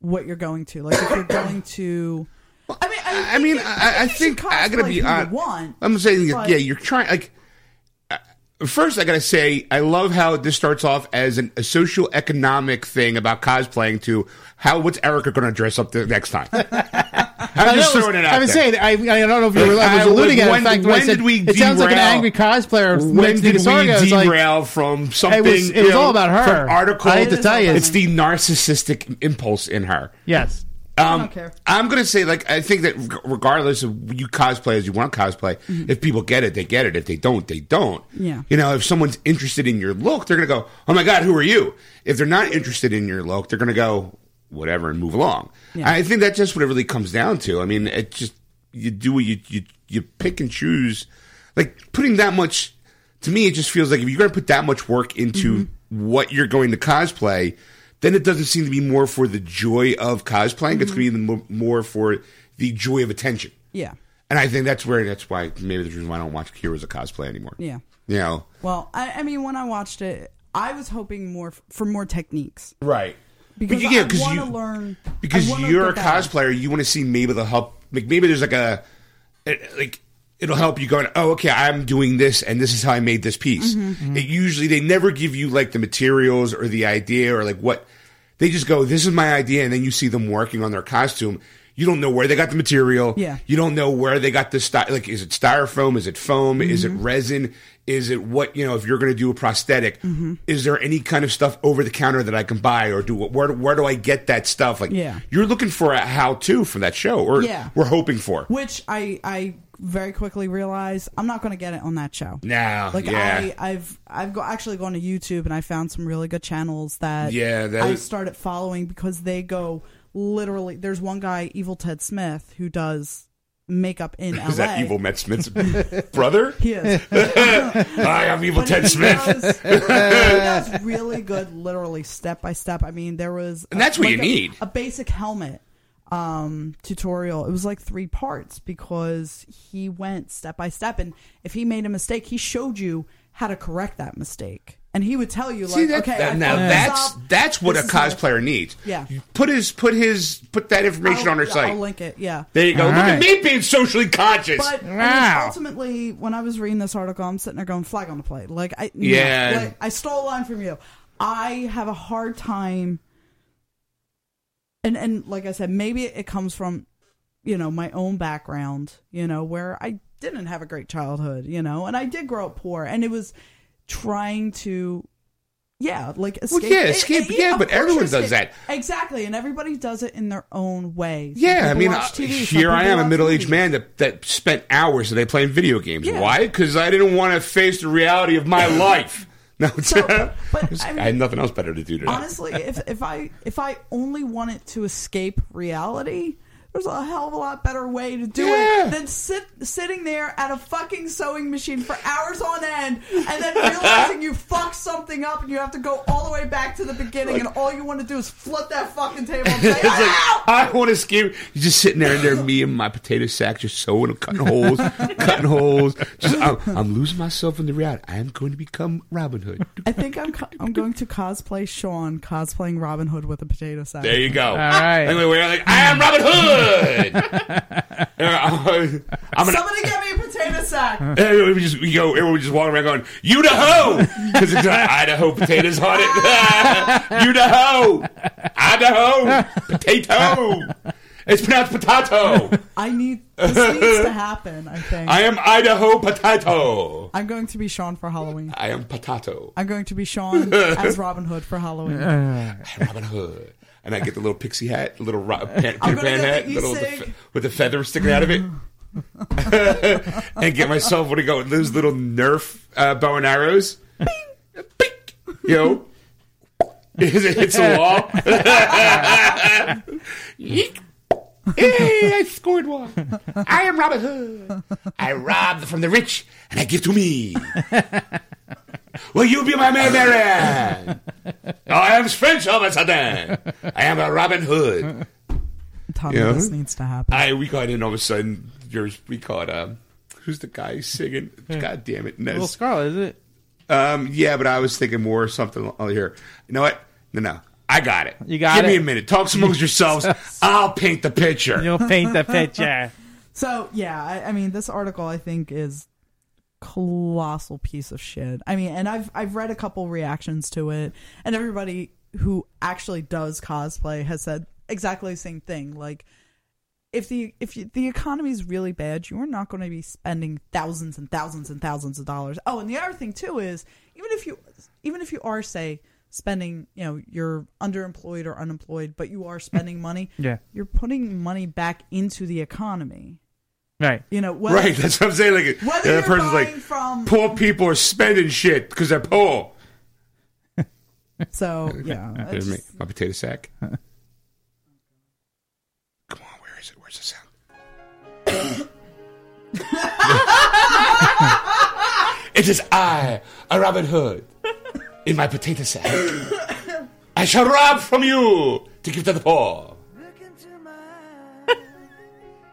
[SPEAKER 4] what you're going to. Like if you're going to. I mean, I,
[SPEAKER 2] I mean,
[SPEAKER 4] you-
[SPEAKER 2] I, I
[SPEAKER 4] you should
[SPEAKER 2] think I gotta
[SPEAKER 4] cosplay who
[SPEAKER 2] be
[SPEAKER 4] you
[SPEAKER 2] honest.
[SPEAKER 4] Want,
[SPEAKER 2] I'm saying,
[SPEAKER 4] but-
[SPEAKER 2] yeah, you're trying. Like, uh, first, I gotta say, I love how this starts off as an, a social economic thing about cosplaying. To how what's Erica gonna dress up the next time? I'm just throwing it out.
[SPEAKER 1] I was
[SPEAKER 2] there.
[SPEAKER 1] saying, I, I don't know if you were, I was
[SPEAKER 2] I-
[SPEAKER 1] alluding at
[SPEAKER 2] when-
[SPEAKER 1] the fact when,
[SPEAKER 2] when
[SPEAKER 1] I said,
[SPEAKER 2] did we
[SPEAKER 1] it sounds like an
[SPEAKER 2] derail-
[SPEAKER 1] angry cosplayer.
[SPEAKER 2] When
[SPEAKER 1] next to
[SPEAKER 2] did we
[SPEAKER 1] Sargo. It's like-
[SPEAKER 2] derail from something?
[SPEAKER 1] it
[SPEAKER 2] you
[SPEAKER 1] was all about her.
[SPEAKER 2] From article.
[SPEAKER 1] I hate to It is tell all you. about
[SPEAKER 2] it's the narcissistic impulse in her.
[SPEAKER 1] yes.
[SPEAKER 2] Um, I
[SPEAKER 4] don't care.
[SPEAKER 2] am gonna say, like, I think that reg- regardless of you cosplay as you want to cosplay, if people get it, they get it. If they don't, they don't.
[SPEAKER 4] Mm-hmm. Yeah.
[SPEAKER 2] You know, if someone's interested in your look, they're gonna go, "Oh my god, who are you?" If they're not interested in your look, they're gonna go, "Whatever," and move along.
[SPEAKER 4] Yeah.
[SPEAKER 2] I think that's just what it really comes down to. I mean, it just you do what you you you pick and choose. Like putting that much to me, it just feels like if you're gonna put that much work into
[SPEAKER 4] Mm-hmm.
[SPEAKER 2] what you're going to cosplay then it doesn't seem to be more for the joy of cosplaying. It's going to be the
[SPEAKER 4] Mm-hmm.
[SPEAKER 2] mo- more for the joy of attention.
[SPEAKER 4] Yeah.
[SPEAKER 2] And I think that's where that's why maybe the reason why I don't watch Heroes of Cosplay anymore.
[SPEAKER 4] Yeah.
[SPEAKER 2] You know.
[SPEAKER 4] Well, I, I mean, when I watched it, I was hoping more f- for more techniques
[SPEAKER 2] Right.
[SPEAKER 4] because
[SPEAKER 2] but you, yeah,
[SPEAKER 4] I
[SPEAKER 2] 'cause
[SPEAKER 4] want to
[SPEAKER 2] you-
[SPEAKER 4] learn. I
[SPEAKER 2] because
[SPEAKER 4] wanna
[SPEAKER 2] you're a
[SPEAKER 4] get better.
[SPEAKER 2] cosplayer, you want to see maybe the help. Like maybe there's like a it- like it'll help you going. Oh, okay, I'm doing this, and this is how I made this piece.
[SPEAKER 4] Mm-hmm.
[SPEAKER 2] It usually they never give you like the materials or the idea or like what they just go. This is my idea, and then you see them working on their costume. You don't know where they got the material.
[SPEAKER 4] Yeah.
[SPEAKER 2] You don't know where they got the sty Like, is it styrofoam? Is it foam? Is it
[SPEAKER 4] Mm-hmm.
[SPEAKER 2] resin? Is it what you know? If you're going to do a prosthetic,
[SPEAKER 4] Mm-hmm.
[SPEAKER 2] is there any kind of stuff over the counter that I can buy or do? Where where do I get that stuff? Like,
[SPEAKER 4] Yeah.
[SPEAKER 2] you're looking for a how to from that show, or
[SPEAKER 4] Yeah.
[SPEAKER 2] we're hoping for.
[SPEAKER 4] Which I I very quickly realized I'm not going to get it on that show.
[SPEAKER 2] Nah,
[SPEAKER 4] Like
[SPEAKER 2] yeah.
[SPEAKER 4] I, I've I've go, actually gone to YouTube and I found some really good channels that
[SPEAKER 2] Yeah, that
[SPEAKER 4] I
[SPEAKER 2] is-
[SPEAKER 4] started following because they go literally. There's one guy, Evil Ted Smith, who does makeup in LA.
[SPEAKER 2] Is that Evil Matt Smith's brother?
[SPEAKER 4] He is.
[SPEAKER 2] Hi, I'm Evil
[SPEAKER 4] But
[SPEAKER 2] Ted
[SPEAKER 4] he
[SPEAKER 2] Smith.
[SPEAKER 4] Does, he does really good, literally step by step. I mean, there was
[SPEAKER 2] And that's what
[SPEAKER 4] like
[SPEAKER 2] you
[SPEAKER 4] a-
[SPEAKER 2] need.
[SPEAKER 4] a basic helmet um, tutorial. It was like three parts because he went step by step, and if he made a mistake, he showed you how to correct that mistake, and he would tell you like,
[SPEAKER 2] See, that,
[SPEAKER 4] okay,
[SPEAKER 2] that-
[SPEAKER 4] I
[SPEAKER 2] now
[SPEAKER 4] fucked this
[SPEAKER 2] that's
[SPEAKER 4] up.
[SPEAKER 2] that's what
[SPEAKER 4] This
[SPEAKER 2] a
[SPEAKER 4] is how I-
[SPEAKER 2] cosplayer needs.
[SPEAKER 4] Yeah.
[SPEAKER 2] put his put his put that information
[SPEAKER 4] I'll-
[SPEAKER 2] on her
[SPEAKER 4] yeah,
[SPEAKER 2] site.
[SPEAKER 4] I'll link it. Yeah.
[SPEAKER 2] There you go.
[SPEAKER 1] All
[SPEAKER 2] Look
[SPEAKER 1] right.
[SPEAKER 2] at me being socially conscious.
[SPEAKER 4] But I mean,
[SPEAKER 1] Wow.
[SPEAKER 4] ultimately, when I was reading this article, I'm sitting there going, "Flag on the play." Like I, no.
[SPEAKER 2] Yeah.
[SPEAKER 4] Like, I stole a line from you. I have a hard time, and and like I said, maybe it comes from, you know, my own background, you know, where I didn't have a great childhood, you know, and I did grow up poor, and it was trying to. Yeah, like escape.
[SPEAKER 2] yeah, escape- yeah,
[SPEAKER 4] of
[SPEAKER 2] but
[SPEAKER 4] course you
[SPEAKER 2] everyone does
[SPEAKER 4] escape.
[SPEAKER 2] that.
[SPEAKER 4] exactly, and everybody does it in their own way. Some
[SPEAKER 2] yeah, I
[SPEAKER 4] people
[SPEAKER 2] mean,
[SPEAKER 4] watch
[SPEAKER 2] I-
[SPEAKER 4] TV, some
[SPEAKER 2] here I
[SPEAKER 4] people
[SPEAKER 2] am, a
[SPEAKER 4] watch
[SPEAKER 2] middle-aged
[SPEAKER 4] movies.
[SPEAKER 2] man that, that spent hours today playing video games.
[SPEAKER 4] Yeah.
[SPEAKER 2] Why? Because I didn't want to face the reality of my life. No,
[SPEAKER 4] So, but,
[SPEAKER 2] I,
[SPEAKER 4] I mean-
[SPEAKER 2] had nothing else better to do today.
[SPEAKER 4] honestly if if i if i only wanted to escape reality There's a hell of a lot better way to do
[SPEAKER 7] Yeah.
[SPEAKER 4] it than sit sitting there at a fucking sewing machine for hours on end and then realizing you fucked something up and you have to go all the way back to the beginning and all you want to do is flip that fucking table and say, "Ah!"
[SPEAKER 2] It's like,
[SPEAKER 4] "Ow!"
[SPEAKER 2] I want to scream. You're just sitting there, and there, me and my potato sack just sewing, cutting holes, cutting holes. Just, I'm, I'm losing myself in the reality. I am going to become Robin Hood.
[SPEAKER 4] I think I'm co- I'm going to cosplay Sean cosplaying Robin Hood with a potato sack.
[SPEAKER 2] There you go. All
[SPEAKER 6] right.
[SPEAKER 2] Anyway, we're like, I am Robin Hood. And I'm an
[SPEAKER 4] Somebody get me a potato sack.
[SPEAKER 2] Everyone would just we go. Everyone would just walk around going Idaho because it's got Idaho potatoes on it. Idaho, Idaho potato. It's pronounced potato.
[SPEAKER 4] I need this needs to happen. I think
[SPEAKER 2] I am Idaho potato.
[SPEAKER 4] I'm going to be Sean for Halloween.
[SPEAKER 2] I am potato.
[SPEAKER 4] I'm going to be Sean as Robin Hood for Halloween.
[SPEAKER 2] I'm Robin Hood. And I get the little pixie hat, the little ro- pan,
[SPEAKER 4] I'm
[SPEAKER 2] Peter
[SPEAKER 4] gonna
[SPEAKER 2] Pan
[SPEAKER 4] get
[SPEAKER 2] hat,
[SPEAKER 4] the
[SPEAKER 2] little with the,
[SPEAKER 4] e-cig.
[SPEAKER 2] fe- with the feather sticking out of it, and get myself what do you go those little Nerf uh, bow and arrows. Bing, bing, you know, as it hits a wall. Yeek. Hey, I scored one. I am Robin Hood. I rob from the rich and I give to me. Will you be my man, Marianne? I am French all of a sudden. I am a Robin Hood.
[SPEAKER 4] Tommy,
[SPEAKER 2] Yeah.
[SPEAKER 4] this needs to happen.
[SPEAKER 2] I we got in all of a sudden. Yours, we caught. Um, who's the guy singing? God damn it,
[SPEAKER 6] Little
[SPEAKER 2] Nez.
[SPEAKER 6] Scarlet, is it?
[SPEAKER 2] Um, yeah, but I was thinking more something oh, here. You know what? No, no, I got it.
[SPEAKER 6] You got
[SPEAKER 2] Give me
[SPEAKER 6] it?
[SPEAKER 2] a minute. Talk amongst yourselves. I'll paint the picture.
[SPEAKER 6] You'll paint the picture.
[SPEAKER 4] So yeah, I, I mean, this article I think is colossal piece of shit. I mean, and I've I've read a couple reactions to it, and everybody who actually does cosplay has said exactly the same thing. Like, if the if you, the economy's really bad, you are not going to be spending thousands and thousands and thousands of dollars. Oh, and the other thing too is even if you even if you are say spending, you know, you're underemployed or unemployed, but you are spending money,
[SPEAKER 6] Yeah.
[SPEAKER 4] you're putting money back into the economy.
[SPEAKER 6] Right.
[SPEAKER 4] You know, whether,
[SPEAKER 2] Right, that's what I'm saying. Like,
[SPEAKER 4] Whether
[SPEAKER 2] the
[SPEAKER 4] you're
[SPEAKER 2] other person's
[SPEAKER 4] buying
[SPEAKER 2] like,
[SPEAKER 4] from-
[SPEAKER 2] poor people are spending shit because they're poor.
[SPEAKER 4] So yeah,
[SPEAKER 2] There's
[SPEAKER 4] it's-
[SPEAKER 2] me, my potato sack. Come on, where is it? Where's the sound? it is I, a Robin Hood, in my potato sack. I shall rob from you to give to the poor.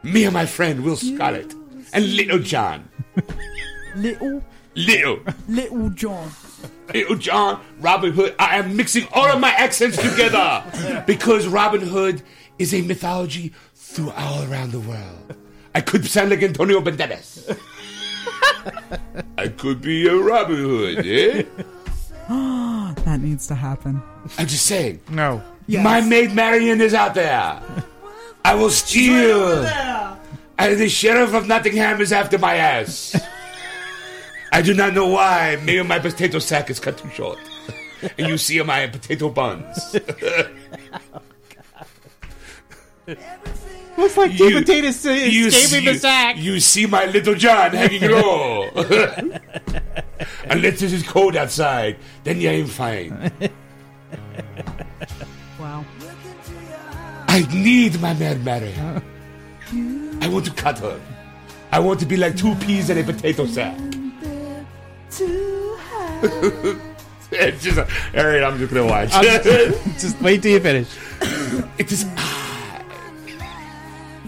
[SPEAKER 2] Me and my friend Will Scarlet and Little John.
[SPEAKER 4] little
[SPEAKER 2] Little.
[SPEAKER 4] little John.
[SPEAKER 2] Little oh, John, Robin Hood. I am mixing all of my accents together because Robin Hood is a mythology through all around the world. I could sound like Antonio Banderas. I could be a Robin Hood, eh?
[SPEAKER 4] That needs to happen.
[SPEAKER 2] I'm just saying.
[SPEAKER 6] No.
[SPEAKER 4] Yes.
[SPEAKER 2] My maid Marion is out there. I will steal.
[SPEAKER 5] Uh.
[SPEAKER 2] And the sheriff of Nottingham is after my ass. I do not know why. Maybe my potato sack is cut too short. And you see my potato buns.
[SPEAKER 6] Looks like
[SPEAKER 2] You-
[SPEAKER 6] two potatoes uh, escaping the sack.
[SPEAKER 2] You see my little John hanging low. Unless it is cold outside, then you ain't fine.
[SPEAKER 4] Wow.
[SPEAKER 2] I need my Mad Mary. I want to cut her. I want to be like two peas in a potato sack. It's just, all right, I'm just gonna watch.
[SPEAKER 6] Just wait till you finish.
[SPEAKER 2] It is I.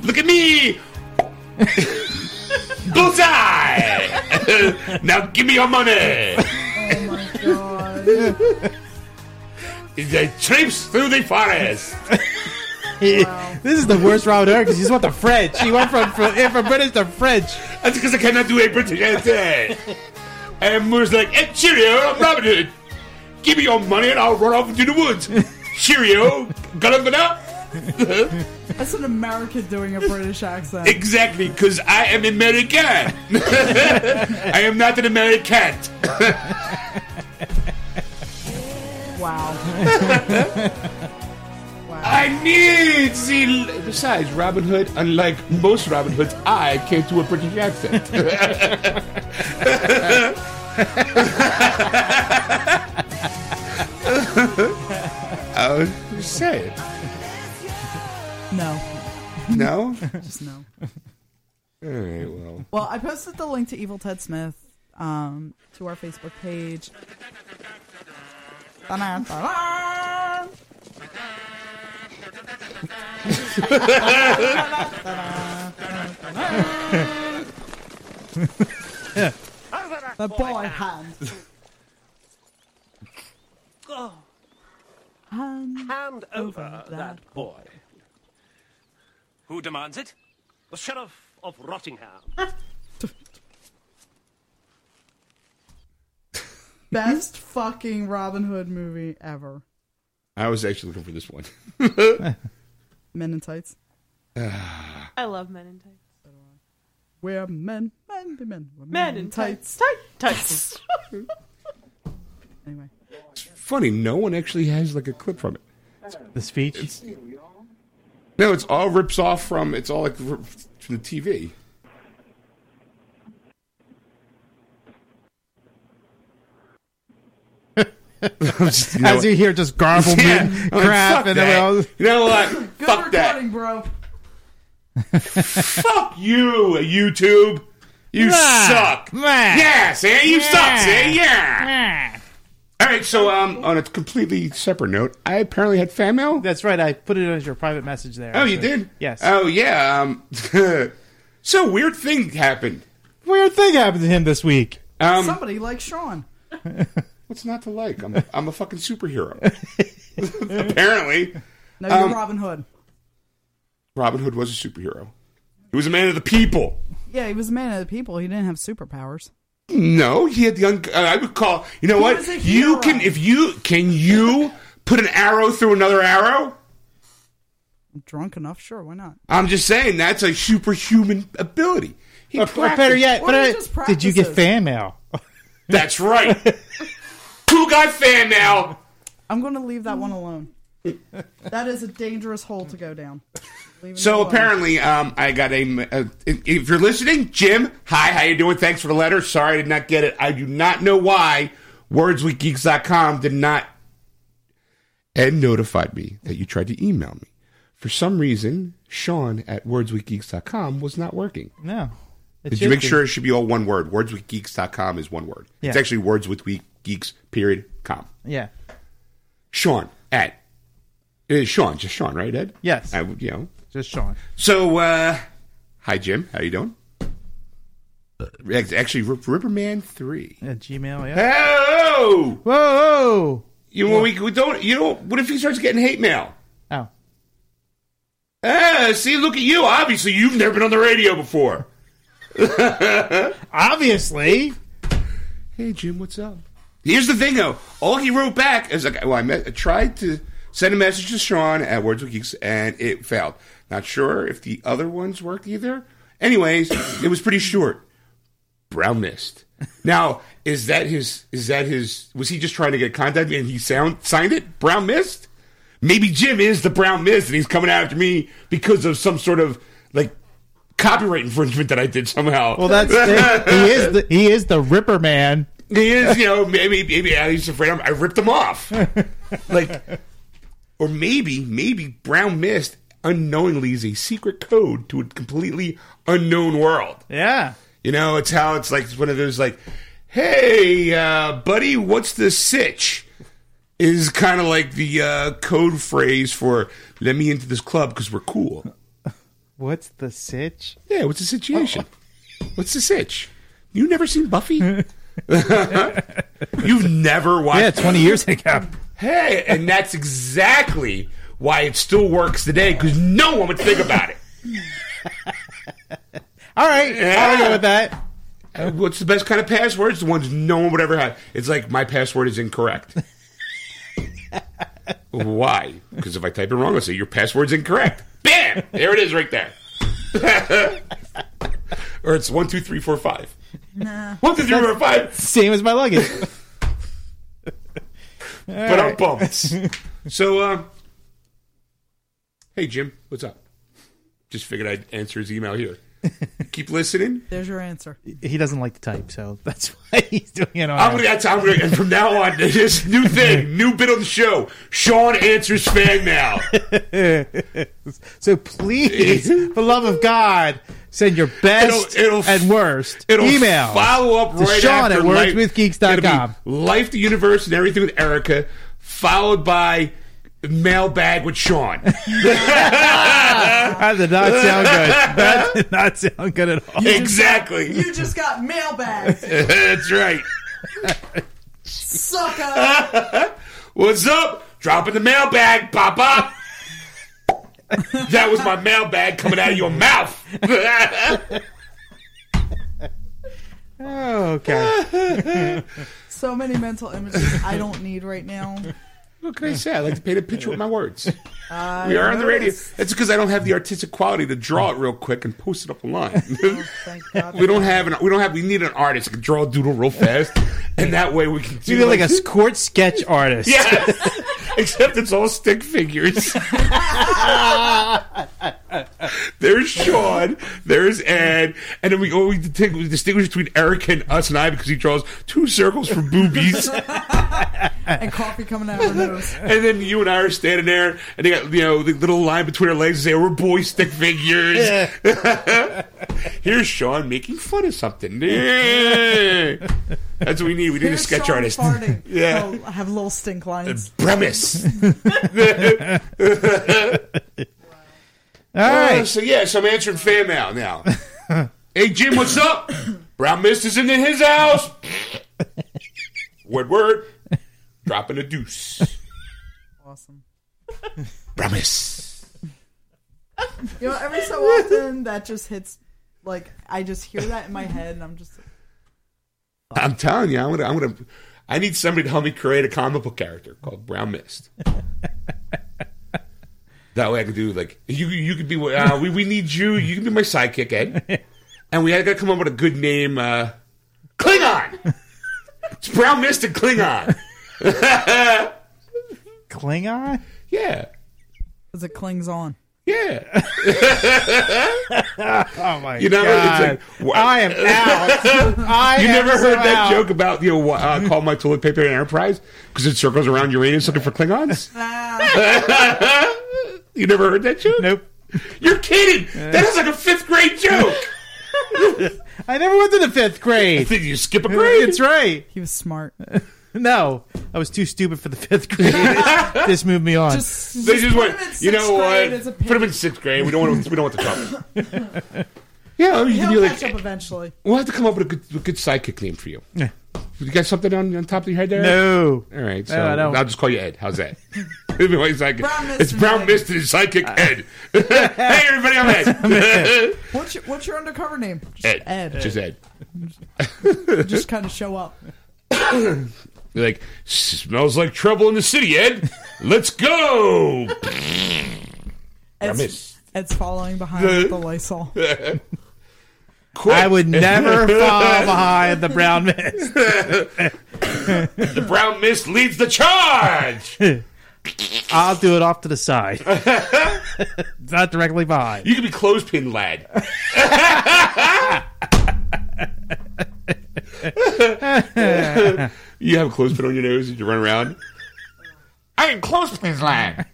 [SPEAKER 2] Look at me! Bullseye! now give me your money! They traipse through the forest.
[SPEAKER 6] This is the worst route ever because you just want the French. He went from from, from British to French.
[SPEAKER 2] That's because I cannot do a British accent. and Moore's like, hey, cheerio, I'm Robin Hood. Give me your money and I'll run off into the woods. Cheerio, gonna gonna.
[SPEAKER 4] That's an American doing a British accent.
[SPEAKER 2] Exactly, because I am American. I am not an American.
[SPEAKER 4] wow.
[SPEAKER 2] I need the. Besides, Robin Hood, unlike most Robin Hoods, I can't do a British accent. I was just saying.
[SPEAKER 4] No.
[SPEAKER 2] no?
[SPEAKER 4] Just no.
[SPEAKER 2] All right, well.
[SPEAKER 4] Well, I posted the link to Evil Ted Smith um, to our Facebook page. Ta-da-da-da. the boy hand. Hand.
[SPEAKER 8] Hand over
[SPEAKER 4] that
[SPEAKER 8] that boy. Who demands it? The Sheriff of Rottingham.
[SPEAKER 4] Best fucking Robin Hood movie ever.
[SPEAKER 2] I was actually looking for this one.
[SPEAKER 4] Men in Tights.
[SPEAKER 5] I love men in tights.
[SPEAKER 4] We're men, men be men. We're
[SPEAKER 5] Men in tights. Tight. Tights.
[SPEAKER 4] Anyway.
[SPEAKER 2] Funny, no one actually has like a clip from it.
[SPEAKER 6] The speech.
[SPEAKER 2] No, it's all rips off from it's all like r- from the TV. You know
[SPEAKER 6] As you hear just garble
[SPEAKER 2] what? Yeah.
[SPEAKER 6] yeah.
[SPEAKER 2] I'm like,
[SPEAKER 6] crap
[SPEAKER 2] fuck
[SPEAKER 6] and
[SPEAKER 2] that.
[SPEAKER 6] then
[SPEAKER 2] you know what?
[SPEAKER 4] Good
[SPEAKER 2] fuck that.
[SPEAKER 4] recording, bro.
[SPEAKER 2] Fuck you, YouTube. You
[SPEAKER 6] Ah,
[SPEAKER 2] suck. Yeah, see, you suck, see, yeah. All right, so um, on a completely separate note, I apparently had fan mail.
[SPEAKER 6] That's right. I put it as your private message there.
[SPEAKER 2] Oh, you
[SPEAKER 6] actually.
[SPEAKER 2] did?
[SPEAKER 6] Yes.
[SPEAKER 2] Oh, yeah. Um, so weird thing happened.
[SPEAKER 6] Weird thing happened to him this week.
[SPEAKER 2] Um,
[SPEAKER 4] Somebody like Sean.
[SPEAKER 2] what's not to like? I'm a, I'm a fucking superhero. Apparently,
[SPEAKER 4] No, you're
[SPEAKER 2] um,
[SPEAKER 4] Robin Hood.
[SPEAKER 2] Robin Hood was a superhero. He was a man of the people.
[SPEAKER 4] Yeah, he was a man of the people. He didn't have superpowers.
[SPEAKER 2] No, he had the. Un- uh, I would call. You know what?
[SPEAKER 4] was a
[SPEAKER 2] You
[SPEAKER 4] hero.
[SPEAKER 2] can if you can you put an arrow through another arrow.
[SPEAKER 4] I'm drunk enough, sure, why not?
[SPEAKER 2] I'm just saying that's a superhuman ability. He
[SPEAKER 6] Or, or
[SPEAKER 2] practiced-
[SPEAKER 6] better yet,
[SPEAKER 4] Or
[SPEAKER 6] better
[SPEAKER 4] he
[SPEAKER 6] yet,
[SPEAKER 4] just
[SPEAKER 6] did you get
[SPEAKER 4] practices.
[SPEAKER 6] fan mail?
[SPEAKER 2] That's right. Who got fan mail?
[SPEAKER 4] I'm going to leave that one alone. that is a dangerous hole to go down. Leave it
[SPEAKER 2] So
[SPEAKER 4] alone.
[SPEAKER 2] apparently, um, I got a. Uh, if you're listening, Jim, hi, how you doing? Thanks for the letter. Sorry, I did not get it. I do not know why WordsWeekGeeks.com did not and notified me that you tried to email me. For some reason, Sean at WordsWeekGeeks.com was not working.
[SPEAKER 6] No. It
[SPEAKER 2] Did
[SPEAKER 6] should
[SPEAKER 2] you make
[SPEAKER 6] be.
[SPEAKER 2] sure it should be all one word? WordsWeekGeeks.com is one word. It's
[SPEAKER 6] Yeah.
[SPEAKER 2] actually Words with Week Geeks period com.
[SPEAKER 6] Yeah.
[SPEAKER 2] Sean at it is Sean, just Sean, right, Ed?
[SPEAKER 6] Yes.
[SPEAKER 2] I, would- you know.
[SPEAKER 6] Just Sean.
[SPEAKER 2] So, uh, hi Jim, how you doing? Uh, Ex- Actually, Rip- Ripperman three.
[SPEAKER 6] Yeah, Gmail. Yeah.
[SPEAKER 2] Oh,
[SPEAKER 6] Whoa.
[SPEAKER 2] you know, we, we don't. You know, what if he starts getting hate mail?
[SPEAKER 6] Oh.
[SPEAKER 2] Ah, see, look at you. Obviously, you've never been on the radio before.
[SPEAKER 6] Obviously.
[SPEAKER 2] hey Jim, what's up? Here's the thing though. All he wrote back is like, well, I, met, I tried to send a message to Sean at Words with Geeks and it failed. Not sure if the other ones worked either. Anyways, it was pretty short. Brown mist. Now, is that his? Is that his? Was he just trying to get contact and he sound signed it? Brown mist. Maybe Jim is the brown mist and he's coming after me because of some sort of like copyright infringement that I did somehow.
[SPEAKER 6] Well, that's he is the he is the Ripper Man.
[SPEAKER 2] He is, you know, maybe maybe he's afraid I'm, I ripped him off, like, or maybe maybe Brown Mist unknowingly is a secret code to a completely unknown world.
[SPEAKER 6] Yeah.
[SPEAKER 2] You know, it's how it's like it's one of those like, hey, uh, buddy, what's the sitch? Is kind of like the uh, code phrase for let me into this club because we're cool.
[SPEAKER 6] What's the sitch?
[SPEAKER 2] Yeah, what's the situation? What's the sitch? You never seen Buffy? You've never watched
[SPEAKER 6] Yeah, twenty years ago.
[SPEAKER 2] Hey, and that's exactly why it still works today because no one would think about it.
[SPEAKER 6] All right, I'll go with that.
[SPEAKER 2] Uh, What's the best kind of passwords? The ones no one would ever have. It's like my password is incorrect. why? Because if I type it wrong, I'll say your password's incorrect. Bam! There it is, right there. or it's one, two, three, four, five. Nah. One, two, three, four, five.
[SPEAKER 6] Same as my luggage.
[SPEAKER 2] but I'm bummed. so, um, hey Jim, what's up? Just figured I'd answer his email here. Keep listening.
[SPEAKER 4] There's your answer.
[SPEAKER 1] He doesn't like to type, so that's why he's doing it on.
[SPEAKER 2] I'm gonna,
[SPEAKER 1] our-
[SPEAKER 2] that's, I'm gonna, and from now on, this new thing, new bit on the show. Sean answers fan mail.
[SPEAKER 1] So please, for the love of God, send your best
[SPEAKER 2] It'll- it'll-
[SPEAKER 1] and worst
[SPEAKER 2] It'll
[SPEAKER 1] email.
[SPEAKER 2] follow up
[SPEAKER 1] to
[SPEAKER 2] right
[SPEAKER 1] Sean
[SPEAKER 2] after
[SPEAKER 1] at
[SPEAKER 2] Life-
[SPEAKER 1] wordswithgeeks.com.
[SPEAKER 2] It'll be Life, the universe, and everything with Erica, followed by mailbag with Sean.
[SPEAKER 1] That did not sound good. That did not sound good at all.
[SPEAKER 2] exactly.
[SPEAKER 4] You just got mailbags,
[SPEAKER 2] That's right.
[SPEAKER 4] sucker.
[SPEAKER 2] What's up? Drop in the mailbag, Papa. that was my mailbag coming out of your mouth.
[SPEAKER 1] Oh, Okay.
[SPEAKER 4] So many mental images I don't need right now.
[SPEAKER 2] what can I say? I like to paint a picture with my words. we are on the radio.
[SPEAKER 4] noticed.
[SPEAKER 2] That's because I don't have the artistic quality to draw it real quick and post it up online.
[SPEAKER 4] Oh, Thank God.
[SPEAKER 2] we don't have an. We don't have. We need an artist who can draw a doodle real fast, and that way we can do
[SPEAKER 1] You feel like a court sketch artist.
[SPEAKER 2] Yes. Except it's all stick figures. There's Sean. There's Ed. And then we oh, we, distingu- we distinguish between Eric and us and I because he draws two circles for boobies.
[SPEAKER 4] And coffee coming out of her nose.
[SPEAKER 2] and then you and I are standing there and they got, you know, the little line between our legs and say, we're boy stick figures. Here's Sean making fun of something. Yeah. That's what we need. We need
[SPEAKER 4] Here's
[SPEAKER 2] a sketch
[SPEAKER 4] Sean
[SPEAKER 2] artist.
[SPEAKER 4] farting.
[SPEAKER 2] Yeah.
[SPEAKER 4] Oh, I have little stink lines.
[SPEAKER 2] Premise.
[SPEAKER 1] All
[SPEAKER 2] Uh,
[SPEAKER 1] right.
[SPEAKER 2] so yeah, so I'm answering fan mail now. hey Jim, what's up? Brown Mist is in his house. word word. Dropping a deuce.
[SPEAKER 4] Awesome.
[SPEAKER 2] Brown Mist.
[SPEAKER 4] You know, every so often that just hits. Like I just hear that in my head, and I'm just
[SPEAKER 2] I'm telling you, I'm gonna, I'm gonna, I need somebody to help me create a comic book character called Brown Mist. that way, I could do like you. You could be. Uh, we we need you. You can be my sidekick, Ed. And we gotta come up with a good name. Uh, Klingon. it's Brown Mist and Klingon.
[SPEAKER 1] Klingon?
[SPEAKER 2] Yeah.
[SPEAKER 4] because it clings on.
[SPEAKER 2] Yeah.
[SPEAKER 1] Oh my
[SPEAKER 2] You know,
[SPEAKER 1] god.
[SPEAKER 2] it's like, wha-
[SPEAKER 1] I am out. I
[SPEAKER 2] You
[SPEAKER 1] am
[SPEAKER 2] never heard
[SPEAKER 1] so
[SPEAKER 2] that
[SPEAKER 1] out.
[SPEAKER 2] joke about you know, uh, call my toilet paper an enterprise because it circles around Uranus looking for Klingons. you never heard that joke?
[SPEAKER 1] Nope.
[SPEAKER 2] You're kidding. That is like a fifth grade joke.
[SPEAKER 1] I never went to the fifth grade.
[SPEAKER 2] Did you skip a grade?
[SPEAKER 1] It's right.
[SPEAKER 4] He was smart.
[SPEAKER 1] No, I was too stupid for the fifth grade. this moved me on.
[SPEAKER 4] Just,
[SPEAKER 2] They just
[SPEAKER 4] put
[SPEAKER 2] went.
[SPEAKER 4] him in sixth
[SPEAKER 2] You know
[SPEAKER 4] grade
[SPEAKER 2] what?
[SPEAKER 4] as a
[SPEAKER 2] Put him in sixth grade. We don't want. To, we don't want to cover. yeah, you can be
[SPEAKER 4] He'll catch
[SPEAKER 2] like.
[SPEAKER 4] up eventually.
[SPEAKER 2] We'll have to come up with a good, a good sidekick name for you. You got something on, on top of your head there?
[SPEAKER 1] no.
[SPEAKER 2] All right, so
[SPEAKER 1] No, I don't.
[SPEAKER 2] I'll just call you Ed. How's that? Everybody's like,
[SPEAKER 4] Brown Mist
[SPEAKER 2] it's
[SPEAKER 4] and
[SPEAKER 2] Brown
[SPEAKER 4] Ed.
[SPEAKER 2] Mist and his sidekick
[SPEAKER 1] Uh,
[SPEAKER 2] Ed. hey, everybody, I'm Ed.
[SPEAKER 4] What's your, what's your undercover name? Just
[SPEAKER 2] Ed.
[SPEAKER 4] Ed.
[SPEAKER 2] Just Ed.
[SPEAKER 4] just kind of show up.
[SPEAKER 2] They're like, smells like trouble in the city, Ed. Let's go.
[SPEAKER 4] Ed's,
[SPEAKER 2] miss.
[SPEAKER 4] Ed's following behind with the Lysol.
[SPEAKER 2] Quick.
[SPEAKER 1] I would never fall behind the brown mist.
[SPEAKER 2] the Brown Mist leads the charge.
[SPEAKER 1] I'll do it off to the side. It's Not directly behind.
[SPEAKER 2] You could be clothespin lad. you have a clothespin on your nose and you run around. I am clothespin lad.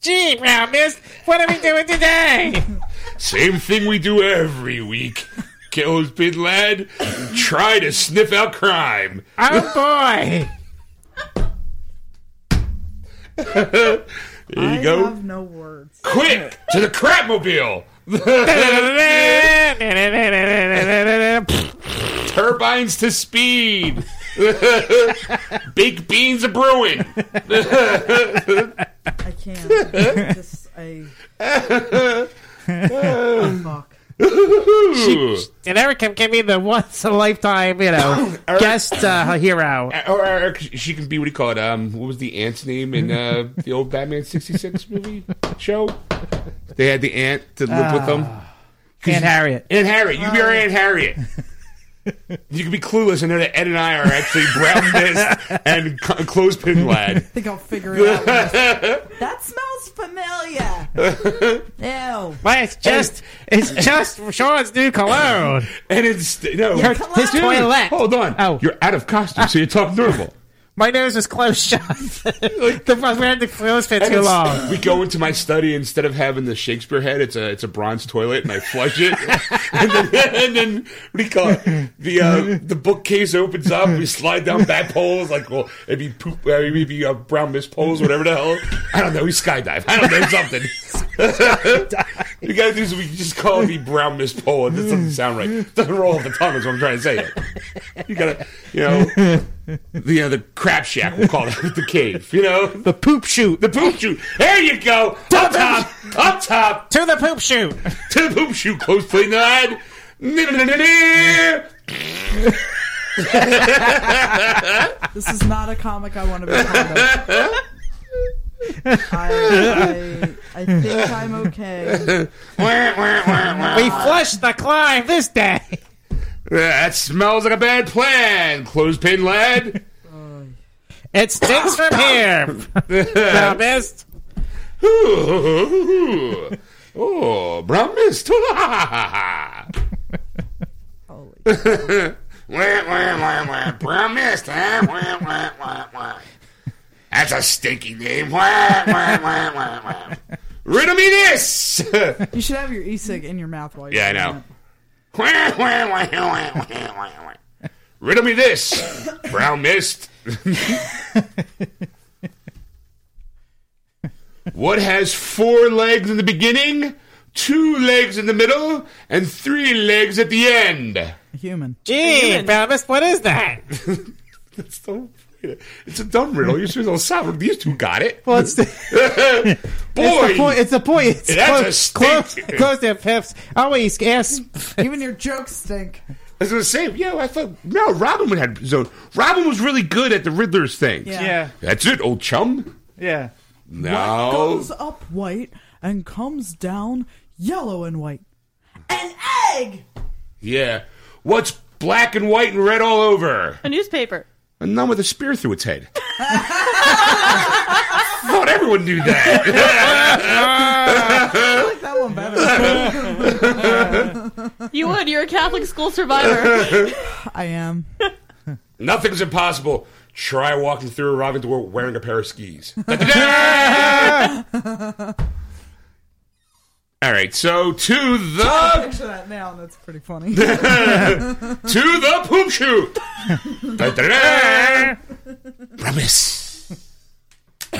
[SPEAKER 9] Gee, Brown Mist, what are we doing today?
[SPEAKER 2] Same thing we do every week. Clothespin lad, try to sniff out crime.
[SPEAKER 9] Oh boy!
[SPEAKER 2] There you
[SPEAKER 4] I
[SPEAKER 2] go.
[SPEAKER 4] have no words.
[SPEAKER 2] Quick to the crapmobile. Turbines to speed. Big beans a brewing.
[SPEAKER 4] I can't. I just I. fuck.
[SPEAKER 2] Ooh.
[SPEAKER 9] Did Erica give me the once a lifetime, you know,
[SPEAKER 1] Guest uh, hero.
[SPEAKER 2] or, or, or she can be what do you call it? Um, what was the ant's name in uh, the old Batman '66 movie show? They had the ant to live with them.
[SPEAKER 1] Aunt Harriet.
[SPEAKER 2] Aunt Harriet, you be our Aunt Harriet. You can be clueless and know that Ed and I are actually Brown Mist and C- Clothespin Lad.
[SPEAKER 4] think I'll figure it out. that smells familiar. Ew.
[SPEAKER 9] Why, it's just, it's just Sean's new cologne.
[SPEAKER 2] And it's no.
[SPEAKER 9] Your-
[SPEAKER 4] Cologne.
[SPEAKER 9] his toilet.
[SPEAKER 2] Hold on.
[SPEAKER 9] Oh.
[SPEAKER 2] You're out of costume, so you talk normal.
[SPEAKER 9] My nose is closed shut. the, I wearing the clothes for
[SPEAKER 2] And
[SPEAKER 9] too
[SPEAKER 2] it's-
[SPEAKER 9] long.
[SPEAKER 2] We go into my study instead of having the Shakespeare head, it's a it's a bronze toilet, and I flush it, and then, and then what do you call it? The uh, the bookcase opens up. We slide down bat poles, like well, it'd be poop, uh, it'd be uh, brown mist poles, whatever the hell. I don't know. We skydive. I don't know something. you gotta do is we just call it the brown mist pole, and this doesn't sound right. doesn't roll off the tongue. Is what I'm trying to say. You gotta, you know, the uh, the crap shack. We'll call it the cave. You know.
[SPEAKER 9] The poop shoot.
[SPEAKER 2] The poop shoot. There you go. Up top. Up top.
[SPEAKER 9] To the poop shoot.
[SPEAKER 2] To the poop shoot. Close play nine. Ni-ni-ni-ni-ni.
[SPEAKER 4] This is not a comic I want to be a part of. I, I, I think I'm okay.
[SPEAKER 2] Wah, wah, wah, wah.
[SPEAKER 9] We flushed the climb this day.
[SPEAKER 2] That smells like a bad plan. Clothespin lad.
[SPEAKER 9] It stinks from here. Brown mist.
[SPEAKER 2] oh, brown mist.
[SPEAKER 4] Holy.
[SPEAKER 2] Wah, wah, wah, wah. brown mist. huh? Wah, wah, wah, wah. That's a stinky name. Wah, wah, wah, wah, wah. Rid of me this.
[SPEAKER 4] You should have your e cig in your mouth while you're
[SPEAKER 2] Yeah, I
[SPEAKER 4] doing
[SPEAKER 2] know.
[SPEAKER 4] it.
[SPEAKER 2] Riddle me this, brown mist. what has four legs in the beginning, two legs in the middle, and three legs at the end?
[SPEAKER 4] Human.
[SPEAKER 9] Gee, brown mist, what is that?
[SPEAKER 2] That's the it's a dumb riddle. You're so sour. These two got it.
[SPEAKER 1] Well, it's the,
[SPEAKER 2] Boy,
[SPEAKER 1] it's the point. It's the point. It's
[SPEAKER 2] that's a
[SPEAKER 1] close.
[SPEAKER 2] stink.
[SPEAKER 9] Close their pips. Always ask.
[SPEAKER 4] Even your jokes stink.
[SPEAKER 2] I was gonna say, yeah, I thought no. Robin would had zone. Robin was really good at the Riddler's thing.
[SPEAKER 4] Yeah.
[SPEAKER 9] Yeah,
[SPEAKER 2] That's it, old chum.
[SPEAKER 9] yeah.
[SPEAKER 2] No,
[SPEAKER 4] Goes up white and comes down yellow and white. An egg!
[SPEAKER 2] Yeah. What's black and white and red all over?
[SPEAKER 5] A newspaper.
[SPEAKER 2] A nun with a spear through its head. Thought everyone knew that.
[SPEAKER 4] I like that one better.
[SPEAKER 5] You would. You're a Catholic school survivor.
[SPEAKER 4] I am.
[SPEAKER 2] Nothing's impossible. Try walking through a rocket door wearing a pair of skis. all right, so to the
[SPEAKER 4] Picture that now, and that's pretty funny.
[SPEAKER 2] to the poop shoot. Da-da-da. Promise. all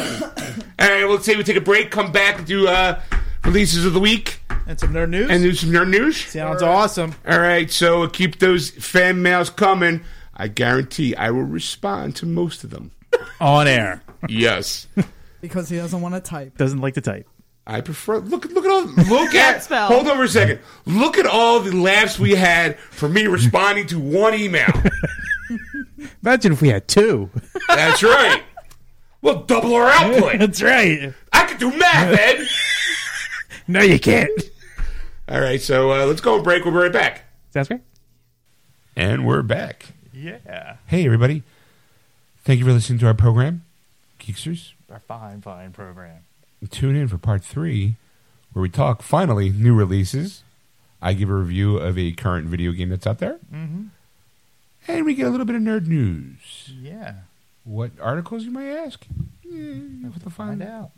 [SPEAKER 2] right, we'll say we take a break. Come back and do uh, releases of the week
[SPEAKER 1] And some nerd news.
[SPEAKER 2] and do some nerd news.
[SPEAKER 1] Sounds awesome.
[SPEAKER 2] All right, so keep those fan mails coming. I guarantee I will respond to most of them.
[SPEAKER 1] On air.
[SPEAKER 2] Yes,
[SPEAKER 4] because he doesn't want to type.
[SPEAKER 1] Doesn't like to type.
[SPEAKER 2] I prefer. Look, look at all. Look at.
[SPEAKER 5] spell.
[SPEAKER 2] Hold on for a second. Look at all the laughs we had for me responding to one email.
[SPEAKER 1] Imagine if we had two.
[SPEAKER 2] That's right. We'll double our output.
[SPEAKER 1] That's right.
[SPEAKER 2] I could do math, Ed.
[SPEAKER 1] No, you can't.
[SPEAKER 2] All right, so uh, let's go on break. We'll be right back.
[SPEAKER 1] Sounds great.
[SPEAKER 7] And we're back.
[SPEAKER 10] Yeah.
[SPEAKER 7] Hey, everybody. Thank you for listening to our program, Geeksters.
[SPEAKER 10] Our fine, fine program.
[SPEAKER 7] Tune in for part three, where we talk finally new releases. I give a review of a current video game that's out there. Mm-hmm. And we get a little bit of nerd news.
[SPEAKER 10] Yeah.
[SPEAKER 7] What articles, you might ask? Hmm, Yeah, what the find Oh,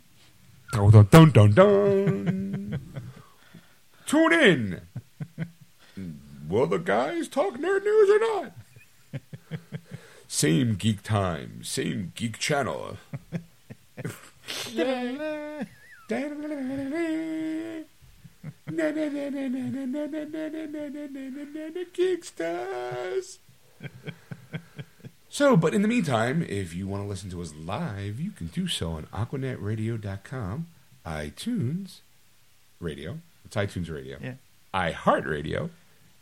[SPEAKER 10] Find
[SPEAKER 7] Dun,
[SPEAKER 10] out.
[SPEAKER 7] dun, dun, dun, dun. Tune in. Will the guys talk nerd news or not? same geek time, same geek channel. Geeksters. So, but in the meantime, if you want to listen to us live, you can do so on aquanetradio.com, iTunes Radio, it's iTunes Radio,
[SPEAKER 10] Yeah.
[SPEAKER 7] iHeartRadio,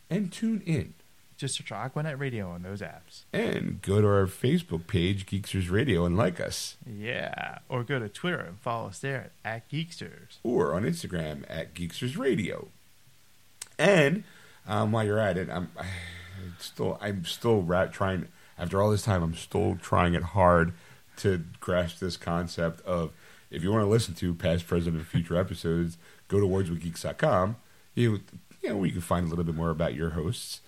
[SPEAKER 7] and tune in.
[SPEAKER 10] Just search Aquanet Radio on those apps.
[SPEAKER 7] And go to our Facebook page, Geeksters Radio, and like us.
[SPEAKER 10] Yeah. Or go to Twitter and follow us there at, at Geeksters.
[SPEAKER 7] Or on Instagram at Geeksters Radio. And um, while you're at it, I'm,
[SPEAKER 2] It's still, I'm still ra- trying. After all this time, I'm still trying it hard to grasp this concept of if you want to listen to past, present, and future episodes, go to wordswithgeeks.com. You, you know, where you can find a little bit more about your hosts,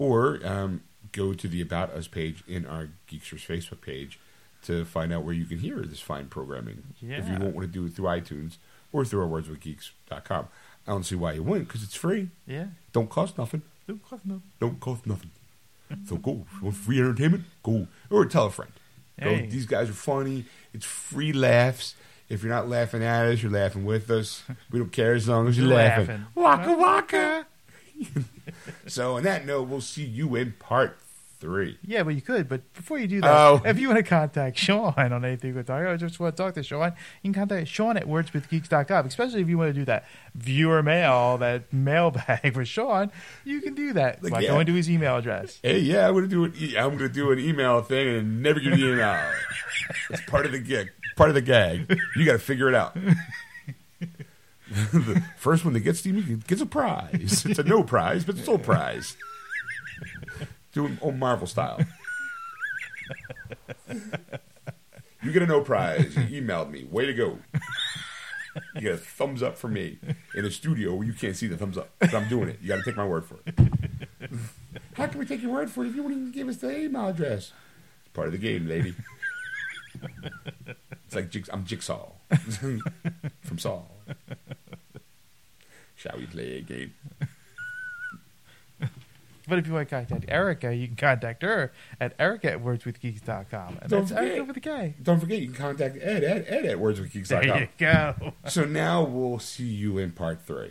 [SPEAKER 2] or um, go to the About Us page in our Geeksters Facebook page to find out where you can hear this fine programming. If you
[SPEAKER 1] Yeah.
[SPEAKER 2] won't want to do it through iTunes or through our wordswithgeeks.com. I don't see why you wouldn't because it's free.
[SPEAKER 1] Yeah.
[SPEAKER 2] Don't cost nothing.
[SPEAKER 1] Don't cost no-
[SPEAKER 2] Don't cost nothing. So go. If you want free entertainment? Go. Or tell a friend. Go.
[SPEAKER 1] Hey.
[SPEAKER 2] These guys are funny. It's free laughs. If you're not laughing at us, you're laughing with us. We don't care as long as you're,
[SPEAKER 1] You're
[SPEAKER 2] laughing.
[SPEAKER 1] laughing.
[SPEAKER 2] Waka waka. so on that note, we'll see you in part three.
[SPEAKER 1] Yeah, well, you could, but before you do that,
[SPEAKER 2] Oh.
[SPEAKER 1] if you want to contact Sean on anything with Dario, or just want to talk to Sean, you can contact Sean at wordswithgeeks.com, especially if you want to do that viewer mail, that mailbag for Sean, you can do that
[SPEAKER 2] Like,
[SPEAKER 1] by
[SPEAKER 2] yeah.
[SPEAKER 1] going to his email address.
[SPEAKER 2] Hey, yeah, I'm gonna do an e- I'm gonna do an email thing and never get an email. it's part of the gig, part of the gag. You got to figure it out. the first one that gets the email gets a prize. It's a no prize, but it's still a prize. Do it old Marvel style. You get a no prize. You emailed me. Way to go. You get a thumbs up for me in a studio where you can't see the thumbs up. But I'm doing it. You got to take my word for it. How can we take your word for it if you won't even give us the email address? It's part of the game, lady. it's like jigs- I'm Jigsaw from Saw. Shall we play a game?
[SPEAKER 1] But if you want to contact Erica, you can contact her at erica at wordswithgeeks.com. And
[SPEAKER 2] Don't
[SPEAKER 1] that's Erica
[SPEAKER 2] forget.
[SPEAKER 1] with a K.
[SPEAKER 2] Don't forget, you can contact Ed, Ed, Ed at
[SPEAKER 1] There you
[SPEAKER 2] wordswithgeeks.com.
[SPEAKER 1] go.
[SPEAKER 2] So now we'll see you in part three.